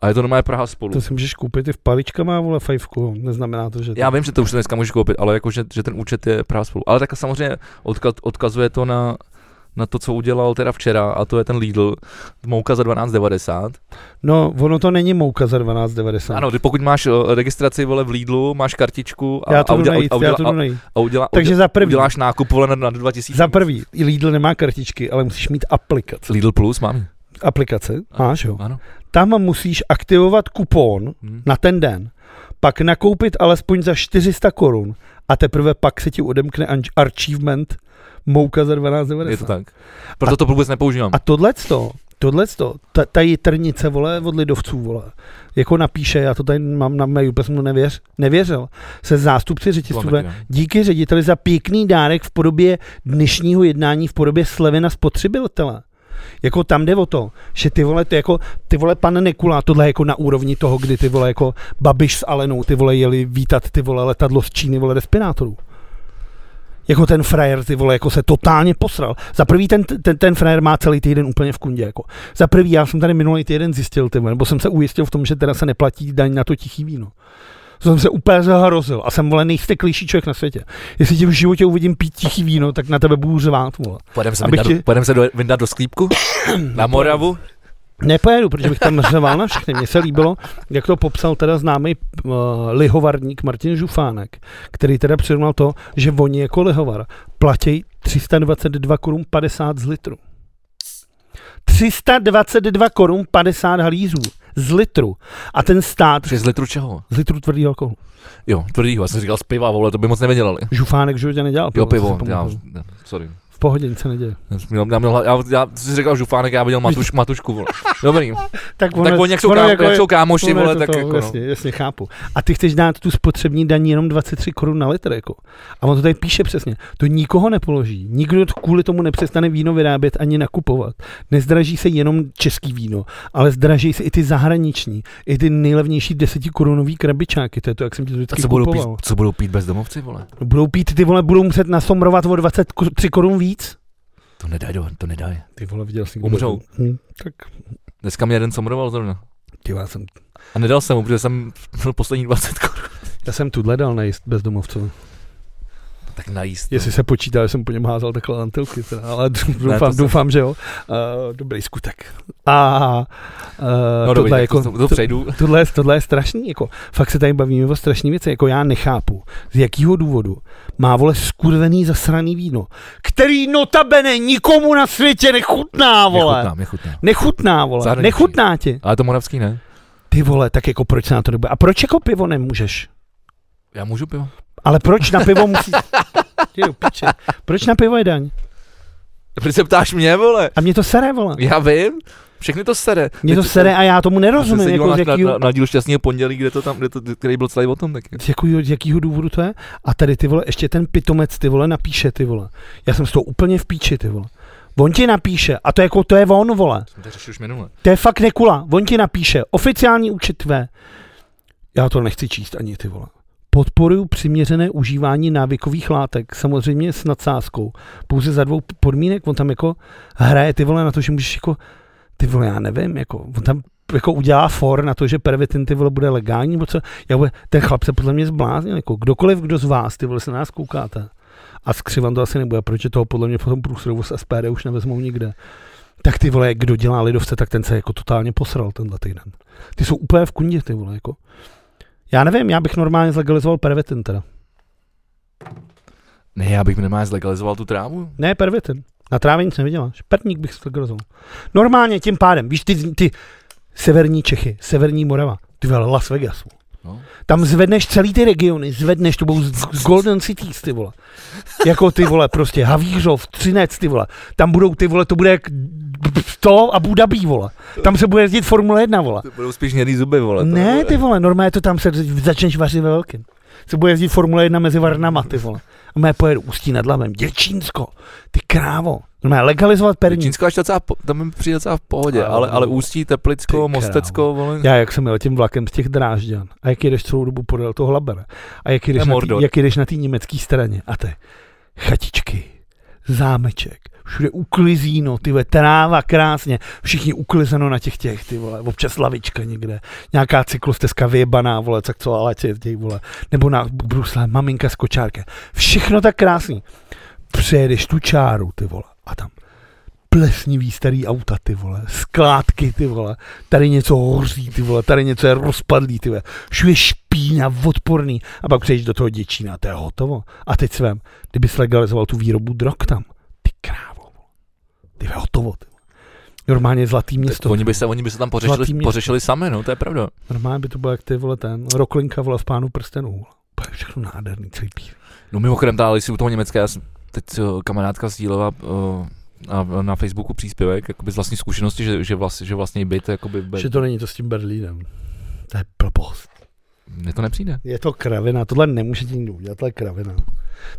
A je to normálně Praha spolu. To si můžeš koupit i v paličkama, vole, fajfku, jo. neznamená to, že... Já vím, že to už dneska můžeš koupit, ale jako, že, že ten účet je právě spolu. Ale tak samozřejmě odkaz, odkazuje to na, na to, co udělal teda včera, a to je ten Lidl, mouka za 12,90. No, ono to není mouka za 12,90. Ano, ty pokud máš eh, registraci vole v Lidlu, máš kartičku a, já to a, jdu uděla, najít, a, já uděla, to a, jdu najít. a uděla, Takže za prvý, uděláš nákup vole na, na 2000. za prvý, i Lidl nemá kartičky, ale musíš mít aplikaci. Lidl Plus mám. Aplikace, máš jo. Ano. Tam musíš aktivovat kupon Hm. na ten den, pak nakoupit alespoň za 400 korun a teprve pak se ti odemkne anč- achievement mouka za Je to 12,90. tak. Proto to vůbec nepoužívám. A tohleto, tohleto, ta, ta jitrnice, vole, od lidovců, vole, jako napíše, já to tady mám na mailu, protože jsem mu nevěř, nevěřil, se zástupci To mám řetězců, taky, no. díky řediteli za pěkný dárek v podobě dnešního jednání v podobě slevy na spotřebitele. Jako tam jde o to, že ty vole, ty jako, ty vole pan Nekula, tohle je jako na úrovni toho, kdy ty vole jako Babiš s Alenou, ty vole jeli vítat ty vole letadlo z Číny, vole respirátorů. Jako ten frajer, ty vole, jako se totálně posral. Za prvý ten, ten, ten frajer má celý týden úplně v kundě, jako. Za prvý, já jsem tady minulý týden zjistil, ty vole, nebo jsem se ujistil v tom, že teda se neplatí daň na to tichý víno. To jsem se úplně zahrozil a jsem, vole, nejsteklejší člověk na světě. Jestli tě v životě uvidím pít tichý víno, tak na tebe budu řvát, vole. Pojedeme se, Abych vyndat, ti- pojedem se do, vyndat do sklípku? na Moravu? Nepojedu, protože bych tam řval na všechny. Mně se líbilo, jak to popsal teda známý uh, lihovarník Martin Žufánek, který teda přirovnal to, že oni jako lihovar platí 322 korun 50 z litru. 322 korun 50 halířů z litru. A ten stát 6 litrů čeho? z litru tvrdý alkoholu. Jo, tvrdýho, já jsem říkal z piva, vole, to by moc nevědělali. Žufánek v životě nedělal. Jo, co si pivo, já, pamatuju. ne, sorry. V pohodě nic se neděje. Já, jsem měl, já, měl, já, já jsi říkal žufánek, já viděl matuš, matušku, vole. Dobrý, Tak, tak oni jak jsou, kámo, jak jsou kámoši, Ono jako je vole, to tak to, vlastně jako, no. jasně, jasně, chápu. A ty chceš dát tu spotřební daň jenom 23 korun na litr, jako. A on to tady píše přesně. To nikoho nepoloží. Nikdo t- kvůli tomu nepřestane víno vyrábět ani nakupovat. Nezdraží se jenom český víno, ale zdraží se i ty zahraniční, i ty nejlevnější 10 korunový krabičáky. To je to, jak jsem ti to A vždycky co budou, pít, kupoval. co budou pít bezdomovci, vole? No Budou pít ty vole, budou muset nasomrovat o 23 korun víc. To nedaj, do- to nedaj. Ty vole, viděl jsi, kdo- Umřou. Hm, tak Dneska mě jeden somroval zrovna. ty, vole, já jsem, A nedal jsem mu, protože jsem měl poslední 20 korun. já jsem tuhle dal najíst bezdomovcovi. Tak no. najíst. Jestli se počítá, že jsem po něm házel takhle lantilky, teda, ale to doufám, se- doufám že jo. Uh, dobrý skutek. A uh, no, no tohle, dobrý, tak jako, to, to, to přejdu. tohle, je- tohle, je strašný, jako, fakt se tady bavíme o strašný věci, jako já nechápu, z jakého důvodu má vole skurvený zasraný víno, který notabene nikomu na světě nechutná, vole. Nechutná, nechutná. Nechutná, vole, Zahraniční. nechutná ti. Ale to moravský ne. Ty vole, tak jako proč se na to nebude? A proč jako pivo nemůžeš? Já můžu pivo? Ale proč na pivo musíš? Ty do piče. Proč na pivo je daň? Proč se ptáš mě, vole? A mě to sere, vole. Já vím, všechny to sere. Mě to Teď- sere a já tomu Já jsem nerozumím, se jako díval z, na, na, jakýho, na, díl šťastného pondělí, kde to tam, kde to, který byl celý o tom taky. z, jakýho, z jakýho důvodu to je. A tady ty vole, ještě ten pitomec ty vole napíše ty vole. Já jsem z toho úplně v píči ty vole. On ti napíše, a to jako to je on vole, Jsem to řešil už minule. to je fakt nekula, on ti napíše, oficiální účet tvé. Já to nechci číst ani ty vole. Podporuju přiměřené užívání návykových látek, samozřejmě s nadsázkou, pouze za dvou podmínek, on tam jako hraje ty vole na to, že můžeš jako, ty vole, já nevím, jako, on tam jako udělá for na to, že pervitin ty vole bude legální, nebo co, já bude, ten chlap se podle mě zbláznil, jako kdokoliv, kdo z vás, ty vole, se na nás koukáte. A skřivan to asi nebude, protože toho podle mě potom průsrovu z SPD už nevezmou nikde. Tak ty vole, kdo dělá lidovce, tak ten se jako totálně posral tenhle týden. Ty jsou úplně v kundě, ty vole, jako. Já nevím, já bych normálně zlegalizoval pervitin teda. Ne, já bych normálně zlegalizoval tu trávu. Ne, pervitin. Na trávě nic nevyděláš. Perník bych se grozil. Normálně tím pádem, víš, ty, ty severní Čechy, severní Morava, ty vole Las Vegas. vole. No. Tam zvedneš celý ty regiony, zvedneš, to budou z z Golden Cities, ty vole. Jako ty vole, prostě Havířov, Třinec, ty vole. Tam budou ty vole, to bude jak to a Budabí, vole. Tam se bude jezdit Formule 1, vole. To budou spíš hnědý zuby, vole. to Ne, nebude. ty vole, normálně to tam se začneš vařit ve velkým. Se bude jezdit Formule 1 mezi Varnama, ty vole. A mé pojedu Ústí nad Labem, Děčínsko, ty krávo. Normálně legalizovat perník. Čínsko až docela, po- tam mi přijde docela v pohodě, Ale- ale, ale Ústí, Teplicko, Ty krávo. Mostecko, vole. Já jak jsem jel tím vlakem z těch Drážďan a jak jedeš celou dobu podél toho Labera a jak je jedeš, na tý, Mordor. jak jedeš na té německé straně a ty chatičky, zámeček, všude uklizíno, ty vole, tráva krásně, všichni uklizeno na těch těch, ty vole, občas lavička někde, nějaká cyklostezka vyjebaná, vole, tak co, ale tě, tě, vole, nebo na brusle, maminka s kočárkem, všechno tak krásný. Přejedeš tu čáru, ty vole, a tam plesnivý starý auta, ty vole, skládky, ty vole, tady něco hoří, ty vole, tady něco je rozpadlý, ty vole, všude špína, odporný, a pak přejdeš do toho děčína, to je hotovo. A teď svém, kdyby legalizoval tu výrobu drog tam, ty krávo, vole. ty vole, hotovo, ty vole. Normálně zlatý město. Oni by, se, oni by se tam pořešili, Zlatý město. pořešili sami, no, to je pravda. Normálně by to bylo jak ty vole ten, roklinka vole v pánu prstenů. vole. Úplně všechno nádherný, celý pír. No mimochodem, dále si u toho Německa, já jsem teď eh, kamarádka sdílela eh, a na Facebooku příspěvek jakoby z vlastní zkušenosti, že, že, vlastně, že vlastně byt, jakoby, be, Že to není to s tím Berlínem. To je blbost. mně to nepřijde. Je to kravina, tohle nemůže ti nikdo udělat, tohle je kravina.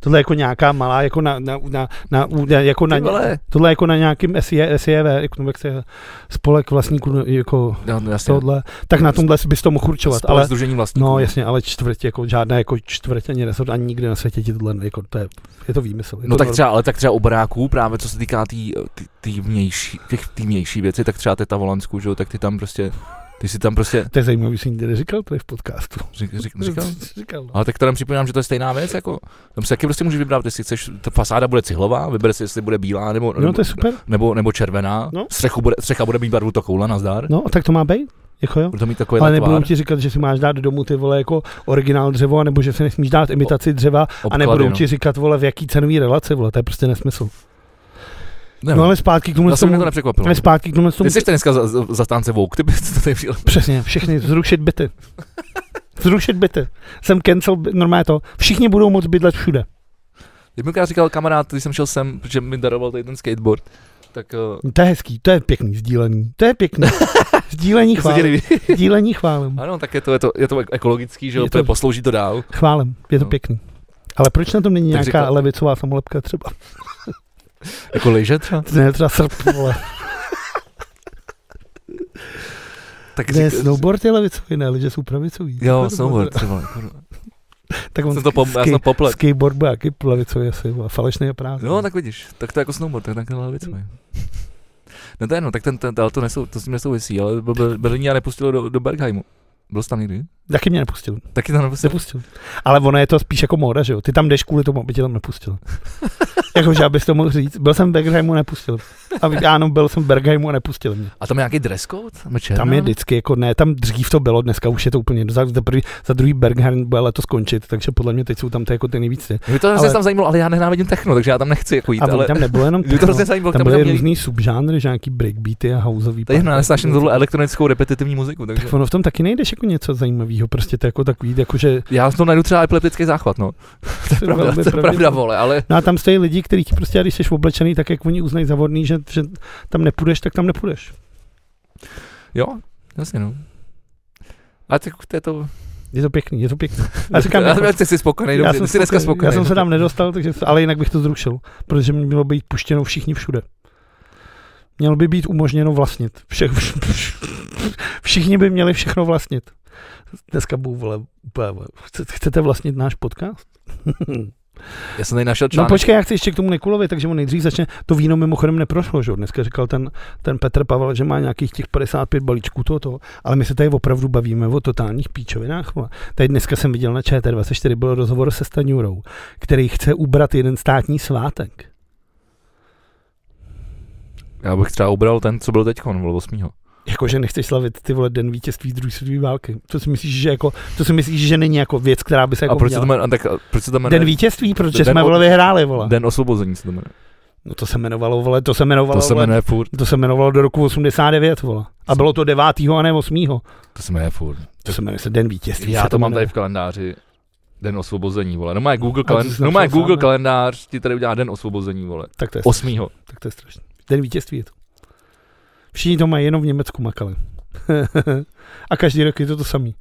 Tohle je jako nějaká malá, jako na, na, na, na, na jako na, Ty vole. tohle je jako na nějakým SIE, SIEV, jako, nebo jak se spolek vlastníků, jako Jo, no, jasně. tohle, tak na tomhle bys to mohl určovat, Spolek ale Združení vlastníků. No jasně, ale čtvrť, jako žádné jako čtvrť ani resort, ani nikde na světě ti tohle, ne- jako to je, je to výmysl. Je No Jako to tak třeba, ale tak třeba u baráků, právě co se týká tý, tý, tý vnější, těch tý vnější věcí, tak třeba teta Volansku, že jo, tak ty tam prostě, ty si tam prostě, To je zajímavý, jsi nikdy neříkal tady v podcastu. řík, řík, říkal? říkal no. Ale tak to nám připomínám, že to je stejná věc, jako, tam si taky prostě můžeš vybrat, jestli chceš, ta fasáda bude cihlová, vyber si, jestli bude bílá, nebo, no nebo, to je super, nebo, nebo červená, No. no? střechu bude, střecha bude mít barvu to koule, nazdar, no tak to má být, jako jo. bude to mít takový Ale tvár, nebudou ti říkat, že si máš dát domů ty vole jako originál dřevo, nebo že si nesmíš dát imitaci dřeva a obklady, nebudou no. ti říkat vole v jaký cenový relaci, vole, to je prostě nesmysl. Nevím. No ale zpátky k tomu, Zase mě to nepřekvapilo. ale zpátky k tomu, tomu Ty jsi dneska za- za- zastánce Vogue, ty bys to tady přijel. Přesně, všechny, zrušit byty. Zrušit byty. Jsem cancel, by- normálně to. Všichni budou moct bydlet všude. Jak mi krát říkal kamarád, když jsem šel sem, že mi daroval tady ten skateboard, tak eh, No, To je hezký, to je pěkný sdílení. To je pěkný. Sdílení to se ti chválem. líbí. Sdílení chválem. Ano, tak je to, je to, je to ekologický, že jo, Je to... to- poslouží to dál. Chválem, je to No. pěkný. Ale proč na tom není Tak nějaká řekla- levicová samolepka třeba? Jako liže třeba? Ne, třeba srp, vole. Tak Ne, řík- snowboard je levicový, ne, lidi jsou pravicový. Jo, snowboard třeba. kurva. Tak on Jsem to pom- já ski- jsem poplet. skateboard byl jaký levicový asi, vole, falešný je prázdný. No, tak vidíš, tak to je jako snowboard, tak takhle věc mají. No to je no, tak ten, ten, ale to, nesou, to s tím nesouvisí, ale Be- Be- Berlín já nepustilo do, do Bergheimu. Byl jsi tam někdy? Taky mě nepustil. Taky tam nepustil. Nepustil. Ale ono je to spíš jako móda, že jo? Ty tam jdeš kvůli tomu, aby tě tam nepustil. Jakože, abys to mohl říct. Byl jsem v Bergheimu, nepustil. A ano, byl jsem v Bergheimu a nepustil mě. A tam je nějaký dress code? Mčerná? Tam je vždycky, jako ne, tam dřív to bylo, dneska už je to úplně, jedno. za, za, prvý, za druhý Bergheim bude letos končit, takže podle mě teď jsou tam ty jako ty nejvíc. ty. Mě to ale... ale- tam zajímalo, ale já nenávidím techno, takže já tam nechci jako jít, A ale... ale... tam nebylo jenom Mě to techno. hrozně zajímalo, tam tam, tam byly měli... různý subžánry, že nějaký breakbeaty a houseový. Tady party. nesnáším tuhle elektronickou repetitivní muziku, takže... Tak ono v tom taky nejdeš jako něco zajímavého, prostě to je jako takový, jakože... Já v tom najdu třeba epileptický záchvat, no. Pravda, to je pravda, vole, ale... No a tam stojí lidi, kteří ti prostě, když jsi oblečený, tak jak oni uznají za vhodný, že, že tam nepůjdeš, tak tam nepůjdeš. Jo, jasně, no. A tak to je to... Je to pěkný, je to pěkný. A říkám, jako- já, já, jsi spokojený, dobře, ty jsi dneska spokojený. no, já jsem se tam dobře. nedostal, takže, ale jinak bych to zrušil, protože mi mělo být puštěno všichni všude. Mělo by být umožněno vlastnit. Vše, všichni by měli všechno vlastnit. Dneska budu, vole, úplně, vole, chce- chcete vlastnit náš podcast? Já jsem tady našel No článek. počkej, já chci ještě k tomu Nikulovi, takže on nejdřív začne. To víno mimochodem neprošlo, že jo? Dneska říkal ten, ten Petr Pavel, že má nějakých těch 55 balíčků toho, toho. Ale my se tady opravdu bavíme o totálních píčovinách. vole. Tady dneska jsem viděl na ČT24, byl rozhovor se Staňurou, který chce ubrat jeden státní svátek. Já bych třeba ubral ten, co byl teď, on byl 8. Jakože nechceš slavit ty vole den vítězství druhé světové války. To si myslíš, že jako, to si myslíš, že není jako věc, která by se jako a proč se měla. to jmenuje, a tak, a proč se to jmenuje? Den vítězství, protože Den jsme od- vole vyhráli, vole. Den osvobození se to jmenuje. No to se jmenovalo, vole, to se jmenovalo, To se vole, jmenuje furt. To se jmenovalo do roku 89, vole. A bylo to 9. a ne 8. To se jmenuje furt. To se jmenuje se Den vítězství. Já se to mám tady jmenuje. v kalendáři. Den osvobození, vole. No má Google, A to jsi kalen... no má napsal sám, Google ne? kalendář, ti tady udělá den osvobození, vole. Tak to je, strašný, 8. tak to je strašný. Den vítězství je to. Všichni to mají, jenom v Německu makali. a každý rok je to to samý.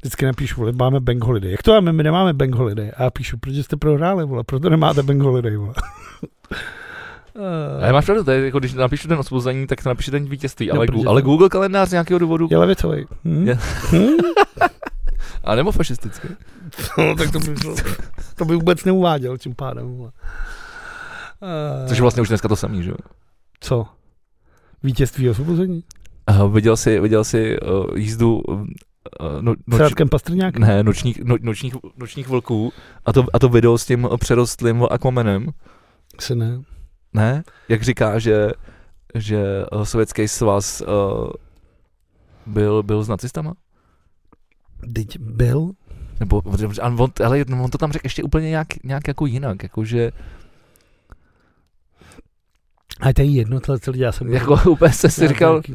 Vždycky napíšu, vole, máme bank holiday. Jak to máme, my nemáme bank holiday. A já píšu, protože jste prohráli, vole, proto nemáte bank holiday, vole. Ale máš pravdu, to je jako když napíšu den osvobození, tak to napíše den vítězství. No, Ale, protože Gu- to- ale Google kalendář z nějakého důvodu. Je levicový. Hm? Je- Hm? A nebo fašistický. No, tak to by, to by vůbec neuváděl tím pádem. vole. Eh, Což je vlastně už dneska to samý, že jo. Co? Vítězství osvobození? Aha, viděl jsi, viděl jsi uh, jízdu uh, no, S noč, Radkem Pastrňákem? ne, nočních, no, nočních, nočních vlků a to, a to video s tím eh, přerostlým Aquamanem, Se ne. ne? Jak říká, že, že eh, sovětský svaz uh, byl, byl s nacistama? Teď byl? Nebo, a on, ale on to tam řekl ještě úplně nějak, nějak jako jinak, jakože A to je jedno, tohle celý já jsem... jako úplně se si já říkal, Nějaký,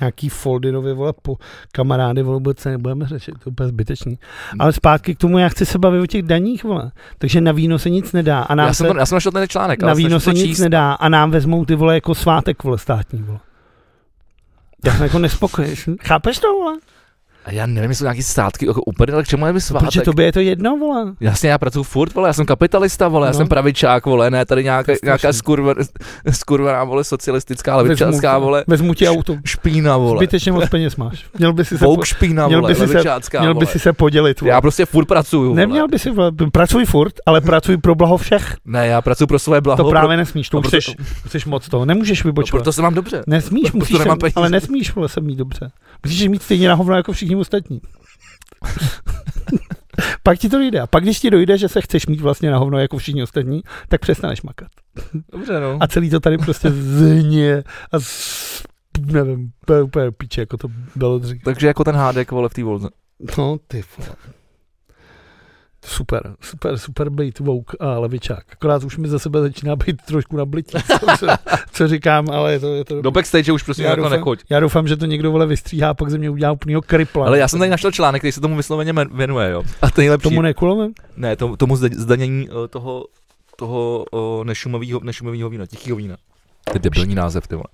nějaký Foldinově, vole, po kamarády, vole, vůbec se nebudeme řešit, to je úplně zbytečný. Hmm. Ale zpátky k tomu, já chci se bavit o těch daních, vole. Takže na víno se nic nedá. A nám já se, jsem, to, já jsem našel ten článek, na ale víno se snažil to nic číst. nedá a nám vezmou ty vole jako svátek, vole, státní, vole. Já jsem jako nespokojený. Chápeš to, vole? A já nevím, jestli jsou nějaký státky, jako úplně, ale k čemu je mi svátek? Protože tobě je to jedno, vole. Jasně, já pracuji furt, vole, já jsem kapitalista, vole, já No. jsem pravičák, vole, ne, tady nějaká, To je strašný. nějaká skurven, skurvená, vole, socialistická, levičácká, vole, vezmu ti auto. špína, vole, Zbytečně moc peněz máš. Měl by si se, vouk špína, měl vole, by si se- levičácká, měl by vole. si se podělit. Vole. Já prostě furt pracuju, vole. Neměl by si, vole, pracuj furt, ale pracuj pro blaho všech. Ne, já pracuji pro své blaho, To právě nesmíš, to no už proto- jsi, jsi moc toho, nemůžeš pro, no, vybočovat. proto se mám dobře. Nesmíš, proto musíš se, nemám peníze. ale nesmíš vole, se mít dobře. Musíš mít stejně na hovno jako všichni ostatní. pak ti to dojde. A pak, když ti dojde, že se chceš mít vlastně na hovno jako všichni ostatní, tak přestaneš makat. Dobře, no. A celý to tady prostě zhně a z, nevím, to je úplně do piče, jako to bylo dřív. Takže jako ten hádek, vole, v té volze. No, ty vole. Super, super, super být vouk a levičák. Akorát už mi ze sebe začíná být trošku nablití, co, co, co říkám, ale je to, je to Do backstage už prostě Já jako doufám- nechoď. Já doufám, že to někdo vole vystříhá a pak ze mě udělá úplnýho kripla. Ale já jsem tady našel článek, který se tomu vysloveně men- věnuje, jo. A ten nejlepší, Tomu nekulovem? ne, tomu, tomu zda- zdanění eh, toho, toho eh, nešumovýho, nešumovýho vína, tichého vína. To je debilní název, ty vole.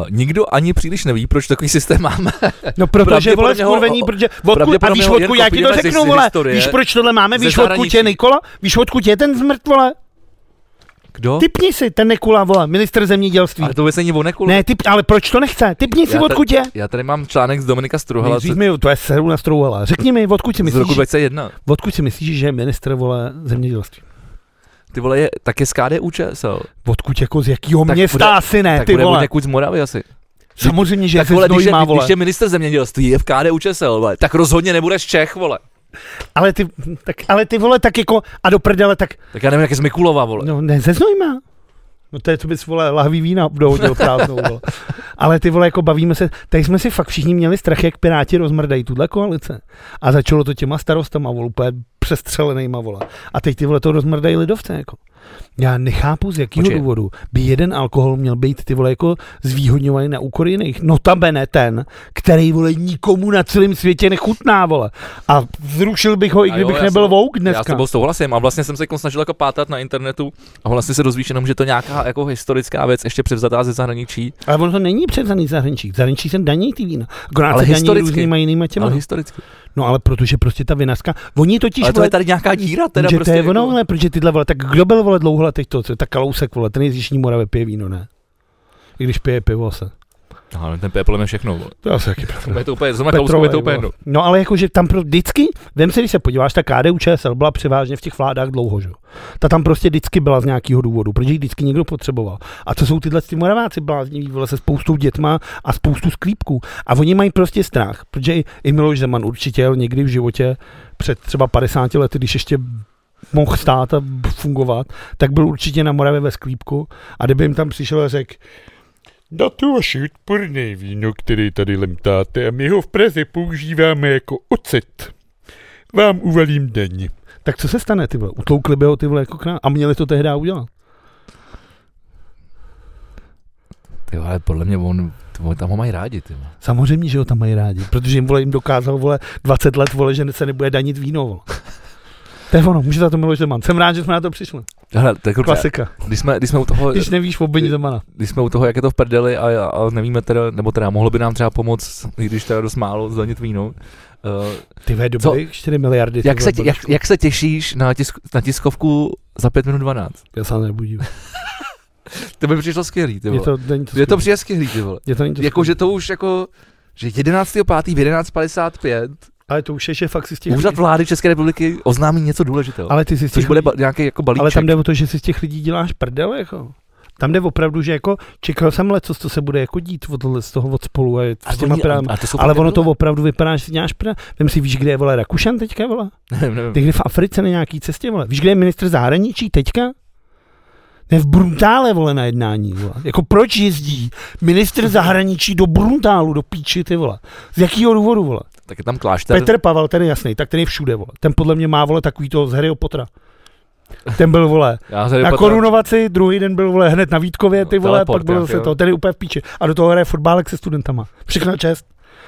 Uh, nikdo ani příliš neví, proč takový systém máme. No protože vole Pravděpodobně ho- skurvení, protože vodku, a pravděpodobně víš ho odkud, jen já ti to kopírujeme ze- řeknu, z vole, historie, víš proč tohle máme, ze víš odkud zahraničí. je Nikola, víš odkud je ten zmrt, vole, Kdo? typni si ten Nikula, vole, minister zemědělství. No. Ale to vůbec není o nekulu. Ne, typ, ale proč to nechce, typni si Já ta- odkud je. Já tady mám článek z Dominika Struhala z, Nejdřív mi, to je seru na strouhala. Řekni mi, odkud si z roku myslíš, 2001. odkud si myslíš, že je minister, vole, zemědělství. Ty vole, je, tak je z KDU ČSL. Odkud jako z jakého Tak města bude- asi ne, tak ty bude buď vole. někud z Moravy asi. Samozřejmě, že tak se vole, když je, má, když vole. je minister zemědělství, je v KDU ČSL, vole, tak rozhodně nebudeš Čech, vole. Ale ty, tak, ale ty vole, tak jako, a do prdele, tak Tak já nevím, jak je z Mikulova, vole. No ne, ze Znojma. No to je, co bys, vole, lahví vína dohodil prázdnou, vole. Ale ty vole, jako bavíme se, tady jsme si fakt všichni měli strach, jak Piráti rozmrdají tuhle koalice. A začalo to těma starostama, vole, úplně přestřelenýma, vole. A teď ty vole to rozmrdají lidovce, jako. Já nechápu, z jakého Počkej. důvodu by jeden alkohol měl být ty vole jako zvýhodňovaný na úkor jiných. Notabene ten, který vole nikomu na celém světě nechutná, vole. A zrušil bych ho, i A jo, kdybych já nebyl jsem- vouk Já s dneska. tebou souhlasím a vlastně jsem se jako snažil jako pátat na internetu a vlastně se dozvíš jenom, že to nějaká jako historická věc ještě převzatá ze zahraničí, Ale ono to není převzaný z zahraničí. V Zahraničí se daní ty vína. Akorát Ale ale se daní historicky. různýma jinýma těma. ale Ale historicky. no ale protože prostě ta vinařka, oni totiž... Ale to vole, je tady nějaká díra, teda že prostě. to je jako- ono, ale protože tyhle vole, tak kdo byl vole dlouho teď to, co, tak Kalousek vole, ten je z Jižní Moravy, pije víno, ne? I když pije pivo se. Aha, no, ten pije podle mě všechno. Vole. To je asi jaký To je to úplně, zrovna Petrolej, Kalouskovi je to úplně vole. jedno. No ale jakože tam pro vždycky, vem se, když se podíváš, ta KDU ČSL byla převážně v těch vládách dlouho, že? jo. Ta tam prostě vždycky byla z nějakého důvodu, protože ji vždycky někdo potřeboval. A co jsou tyhle ty moraváci blázniví, vole se spoustou dětma a spoustu sklípků. A oni mají prostě strach, protože i, i Miloš Zeman určitě jel někdy v životě před třeba 50 lety, když ještě mohl stát a fungovat, tak byl určitě na Moravě ve sklípku a kdyby jim tam přišel a řekl, Na to vaše odporné víno, které tady lemtáte a my ho v Praze používáme jako ocet, vám uvalím daň. tak co se stane, ty vole? Utloukli by ho ty vole jako k nám. A měli to tehdy udělat. Ty vole, podle mě on, ty vole, tam ho mají rádi, ty vole. Samozřejmě, že ho tam mají rádi, protože jim, vole, jim dokázal vole 20 let vole, že se nebude danit víno. Vole. To je ono, může za to Miloš Zeman. Jsem rád, že jsme na to přišli. Hele, tak Klasik. Klasika. Když jsme, když jsme u toho, Když nevíš o Beni Zemana. když jsme u toho, jak je to v prdeli a, a nevíme teda, nebo teda mohlo by nám třeba pomoct, i když teda dost málo zdanit víno. Uh, Ty ve dobrý 4 miliardy. ty jak, vole, se, tě- jak, Božku. jak, se těšíš na, tisk, na tiskovku za 5 minut 12? Já se nebudím. To by přišlo skvělý, ty Je vole. to, není to, Je to skvělý. přijde skvělý, ty vole. je to, není to Jako, skvělý. že to už jako, že 11.5. v 11.55 Ale to už je, že fakt si z těch úřad lidí... vlády České republiky oznámí něco důležitého. Ale ty si z což těch bude lidí... ba- nějaký jako balíček. Ale tam jde o to, že si z těch lidí děláš prdel, jako. Tam jde opravdu, že jako čekal jsem let, co to se bude jako dít od tohle- z toho od spolu a je- A s těma oni- právama. a to jsou Ale jako fakt ono to nebylo. opravdu vypadá, že si děláš prdel. Vem si, víš, kde je vole Rakušan teďka, vole? Nevím, nevím. Ty kde v Africe na nějaký cestě, vole. Víš, kde je ministr zahraničí teďka? Ne, v Bruntále, vole, na jednání, vole. Jako proč jezdí ministr zahraničí do Bruntálu, do píči, ty vole? Z jakého důvodu, vole? Tak je tam klášter. Ten... Petr Pavel, ten je jasný, tak ten je všude, vole. Ten podle mě má, vole, takový to z Harryho Pottera. Ten byl, vole, Já tady na Petra- korunovaci, druhý den byl, vole, hned na Vítkově, ty No, vole, teleport pak byl nějaký, zase jo. to, ten je úplně v píči. A do toho hraje fotbálek se studentama. Všechna čest.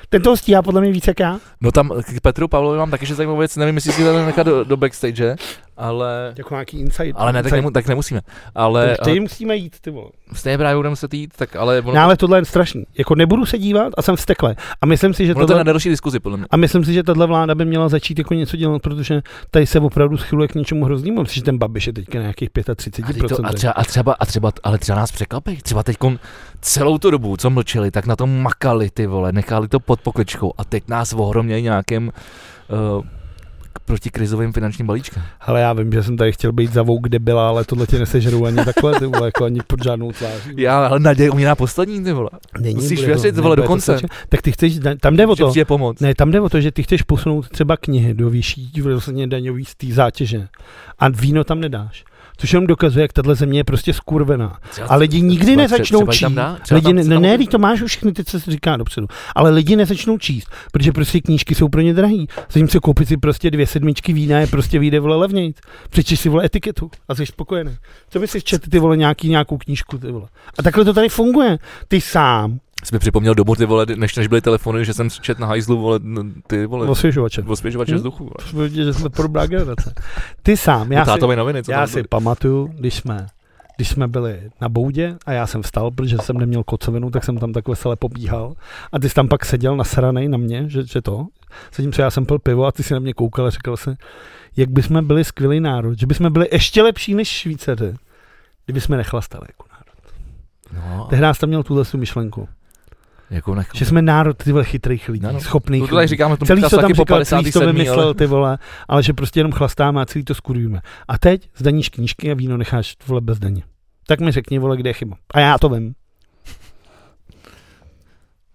Ten toho stíhá podle mě víc jak já. No tam k Petru Pavlovi mám taky ještě zajímavou věc, nevím, jestli si to nechat do, do backstage, ale... Jako nějaký insight. Ale ne, tak, insight. nemu, tak nemusíme. Ale Ty musíme jít, ty vole. stejně právě budeme se jít, tak ale ono, No, ale tohle je strašný. Jako nebudu se dívat a jsem vstekle. A myslím si, že ono to je na tohle, další diskuzi, podle mě. a myslím si, že tahle vláda by měla začít jako něco dělat, protože tady se opravdu schyluje k něčemu hroznému, protože ten Babiš je teďka na nějakých A, teď to, a, 35%. třeba, a, třeba, a třeba, ale třeba nás překvapí. Třeba teď celou tu dobu, co mlčeli, tak na tom makali ty vole, nechali to pod pokličkou a teď nás ohromně nějakým uh, protikrizovým finančním balíčkem. Ale já vím, že jsem tady chtěl být za vouk debila, ale tohle tě nesežeru ani takhle, ty vole, jako ani pod žádnou tváří. Já, ale naděje umírá poslední, ty vole. Není, Musíš bude to- věřit, ne, vole, bude to dokonce. stačit. Tak ty chceš, tam jde o Že to. přijde pomoc. Ne, tam jde o to, že ty chceš posunout třeba knihy do vyšší vlastně daňový z té zátěže a víno tam nedáš. Což jenom dokazuje, jak tahle země je prostě skurvená. Třeba- A lidi nikdy třeba- nezačnou třeba jí tam číst. dá- třeba Lidi, tam ne, se ne, tam- ne, vždyť to máš už všechny ty, co se říká dopředu. Ale lidi nezačnou číst, protože prostě knížky jsou pro ně drahý. Zatímco koupit si prostě dvě sedmičky vína je prostě vyjde vole levnějc. Přečteš si vole etiketu a jsi spokojený. Co by si četl ty vole nějaký, nějakou knížku ty vole. A takhle to tady funguje. Ty sám Jsi mi připomněl dobu, ty vole, než, než byly telefony, že jsem čet na hajzlu, vole, n- ty vole, osvěžovače. osvěžovače Hm? vzduchu, vole. To je, že jsme podobná generace. Ty sám, Já já si, tátové noviny, co já tam si byly. pamatuju, když jsme, když jsme byli na boudě a já jsem vstal, protože jsem neměl kocovinu, tak jsem tam tak veselé pobíhal. A ty jsi tam pak seděl nasranej na mě, že, že to. Zatímco já jsem pil pivo a ty si na mě koukal a říkal si, jak bychom byli skvělý národ, že bychom byli ještě lepší než Švýcaři, kdyby jsme nechlastali jako národ. No, Tehdy jsem tam měl tuhle tu myšlenku, jako nech... že jsme národ ty vole chytrých lidí, Ano. schopných No to lidí. tady říkáme, v tom Celý to podcastu tam taky po říkal, celý to 57., vymyslel, ale- ty vole, ale že prostě jenom chlastáme a celý to skurvíme. A teď zdaníš knížky a víno necháš vole bez daně. Tak mi řekni, vole, kde je chyba. A já to vím.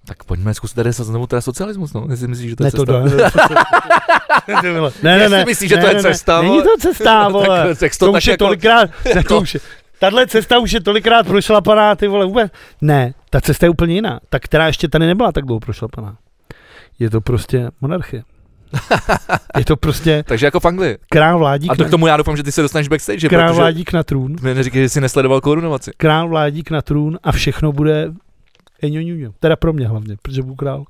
Tak pojďme zkusit tady se znovu teda socialismus, no. Jestli myslíš, že to je Ne, to cesta. jde. Ty vole. ne, ne, Jestli ne. myslíš, že ne, to je ne, ne. cesta, Není vole. to cesta, vole. tak, tak To, to, tak už je jako... tolikrát, ne, to už je- Tahle cesta už je tolikrát prošlapaná, ty vole, vůbec. Ne, ta cesta je úplně jiná. Ta, která ještě tady nebyla tak dlouho prošlapaná. Je to prostě monarchie. Je to prostě Takže jako v Anglii. král vládík, A to k na, tomu já doufám, že ty se dostaneš backstage, král protože vládík na trůn. mi neříkej, že jsi nesledoval korunovaci. král vládík na trůn a všechno bude Eňoňuňo. Teda pro mě hlavně, protože budu král.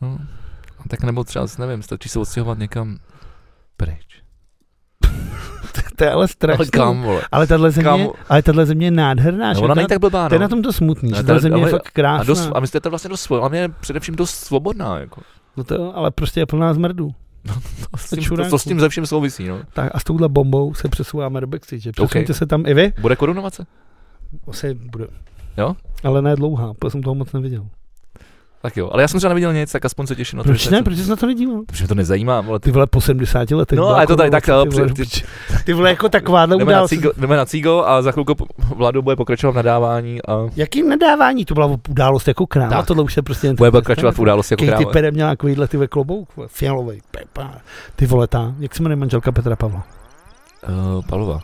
No. A Tak nebo třeba, nevím, stačí se odstěhovat někam pryč. To je ale Ale strašný. kam, vole. ale tahle země, Kam? ale tahle země je nádherná. No, že? ona To je- není tak blbá, To je na no. tom to smutný, Ne, že ta ta- země je ale- fakt A, dost, krásná. a myslíte vlastně dost, a mě je především dost svobodná, jako. No to, ale prostě je plná zmrdů. To s, tím, to, čuráku. to s tím ze vším souvisí, no. Tak a s touhle bombou se přesouváme do backstage. Přesuňte Okay. se tam i vy. Bude korunovace? Asi bude. Jo? Ale ne dlouhá, protože jsem toho moc neviděl. Tak jo, ale já jsem třeba neviděl nic, tak aspoň se těším na to. Proč že se- ne? Proč jsi na to nedíval? Protože mě to nezajímá, vole, ty Ty vole po 70 letech. No, byla ale to tady korona, tak, ty vole, při- ty- Ty vole, jako takováhle jdeme na, událost. cígo, jdeme na cígo a za chvilku po- Vlado bude pokračovat v nadávání a Jaký nedávání? To byla událost jako kráva, Tak. tohle už je prostě... jen- bude pokračovat v události jako Katy kráva. Perry měla takovýhle ty ve klobouk, vole, fialovej, pepa, ty vole ta, jak se jmenuje manželka Petra Pavla. Uh, Palova.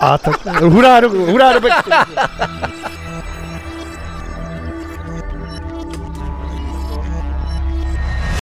A tak, hurá do, hurá do backstage.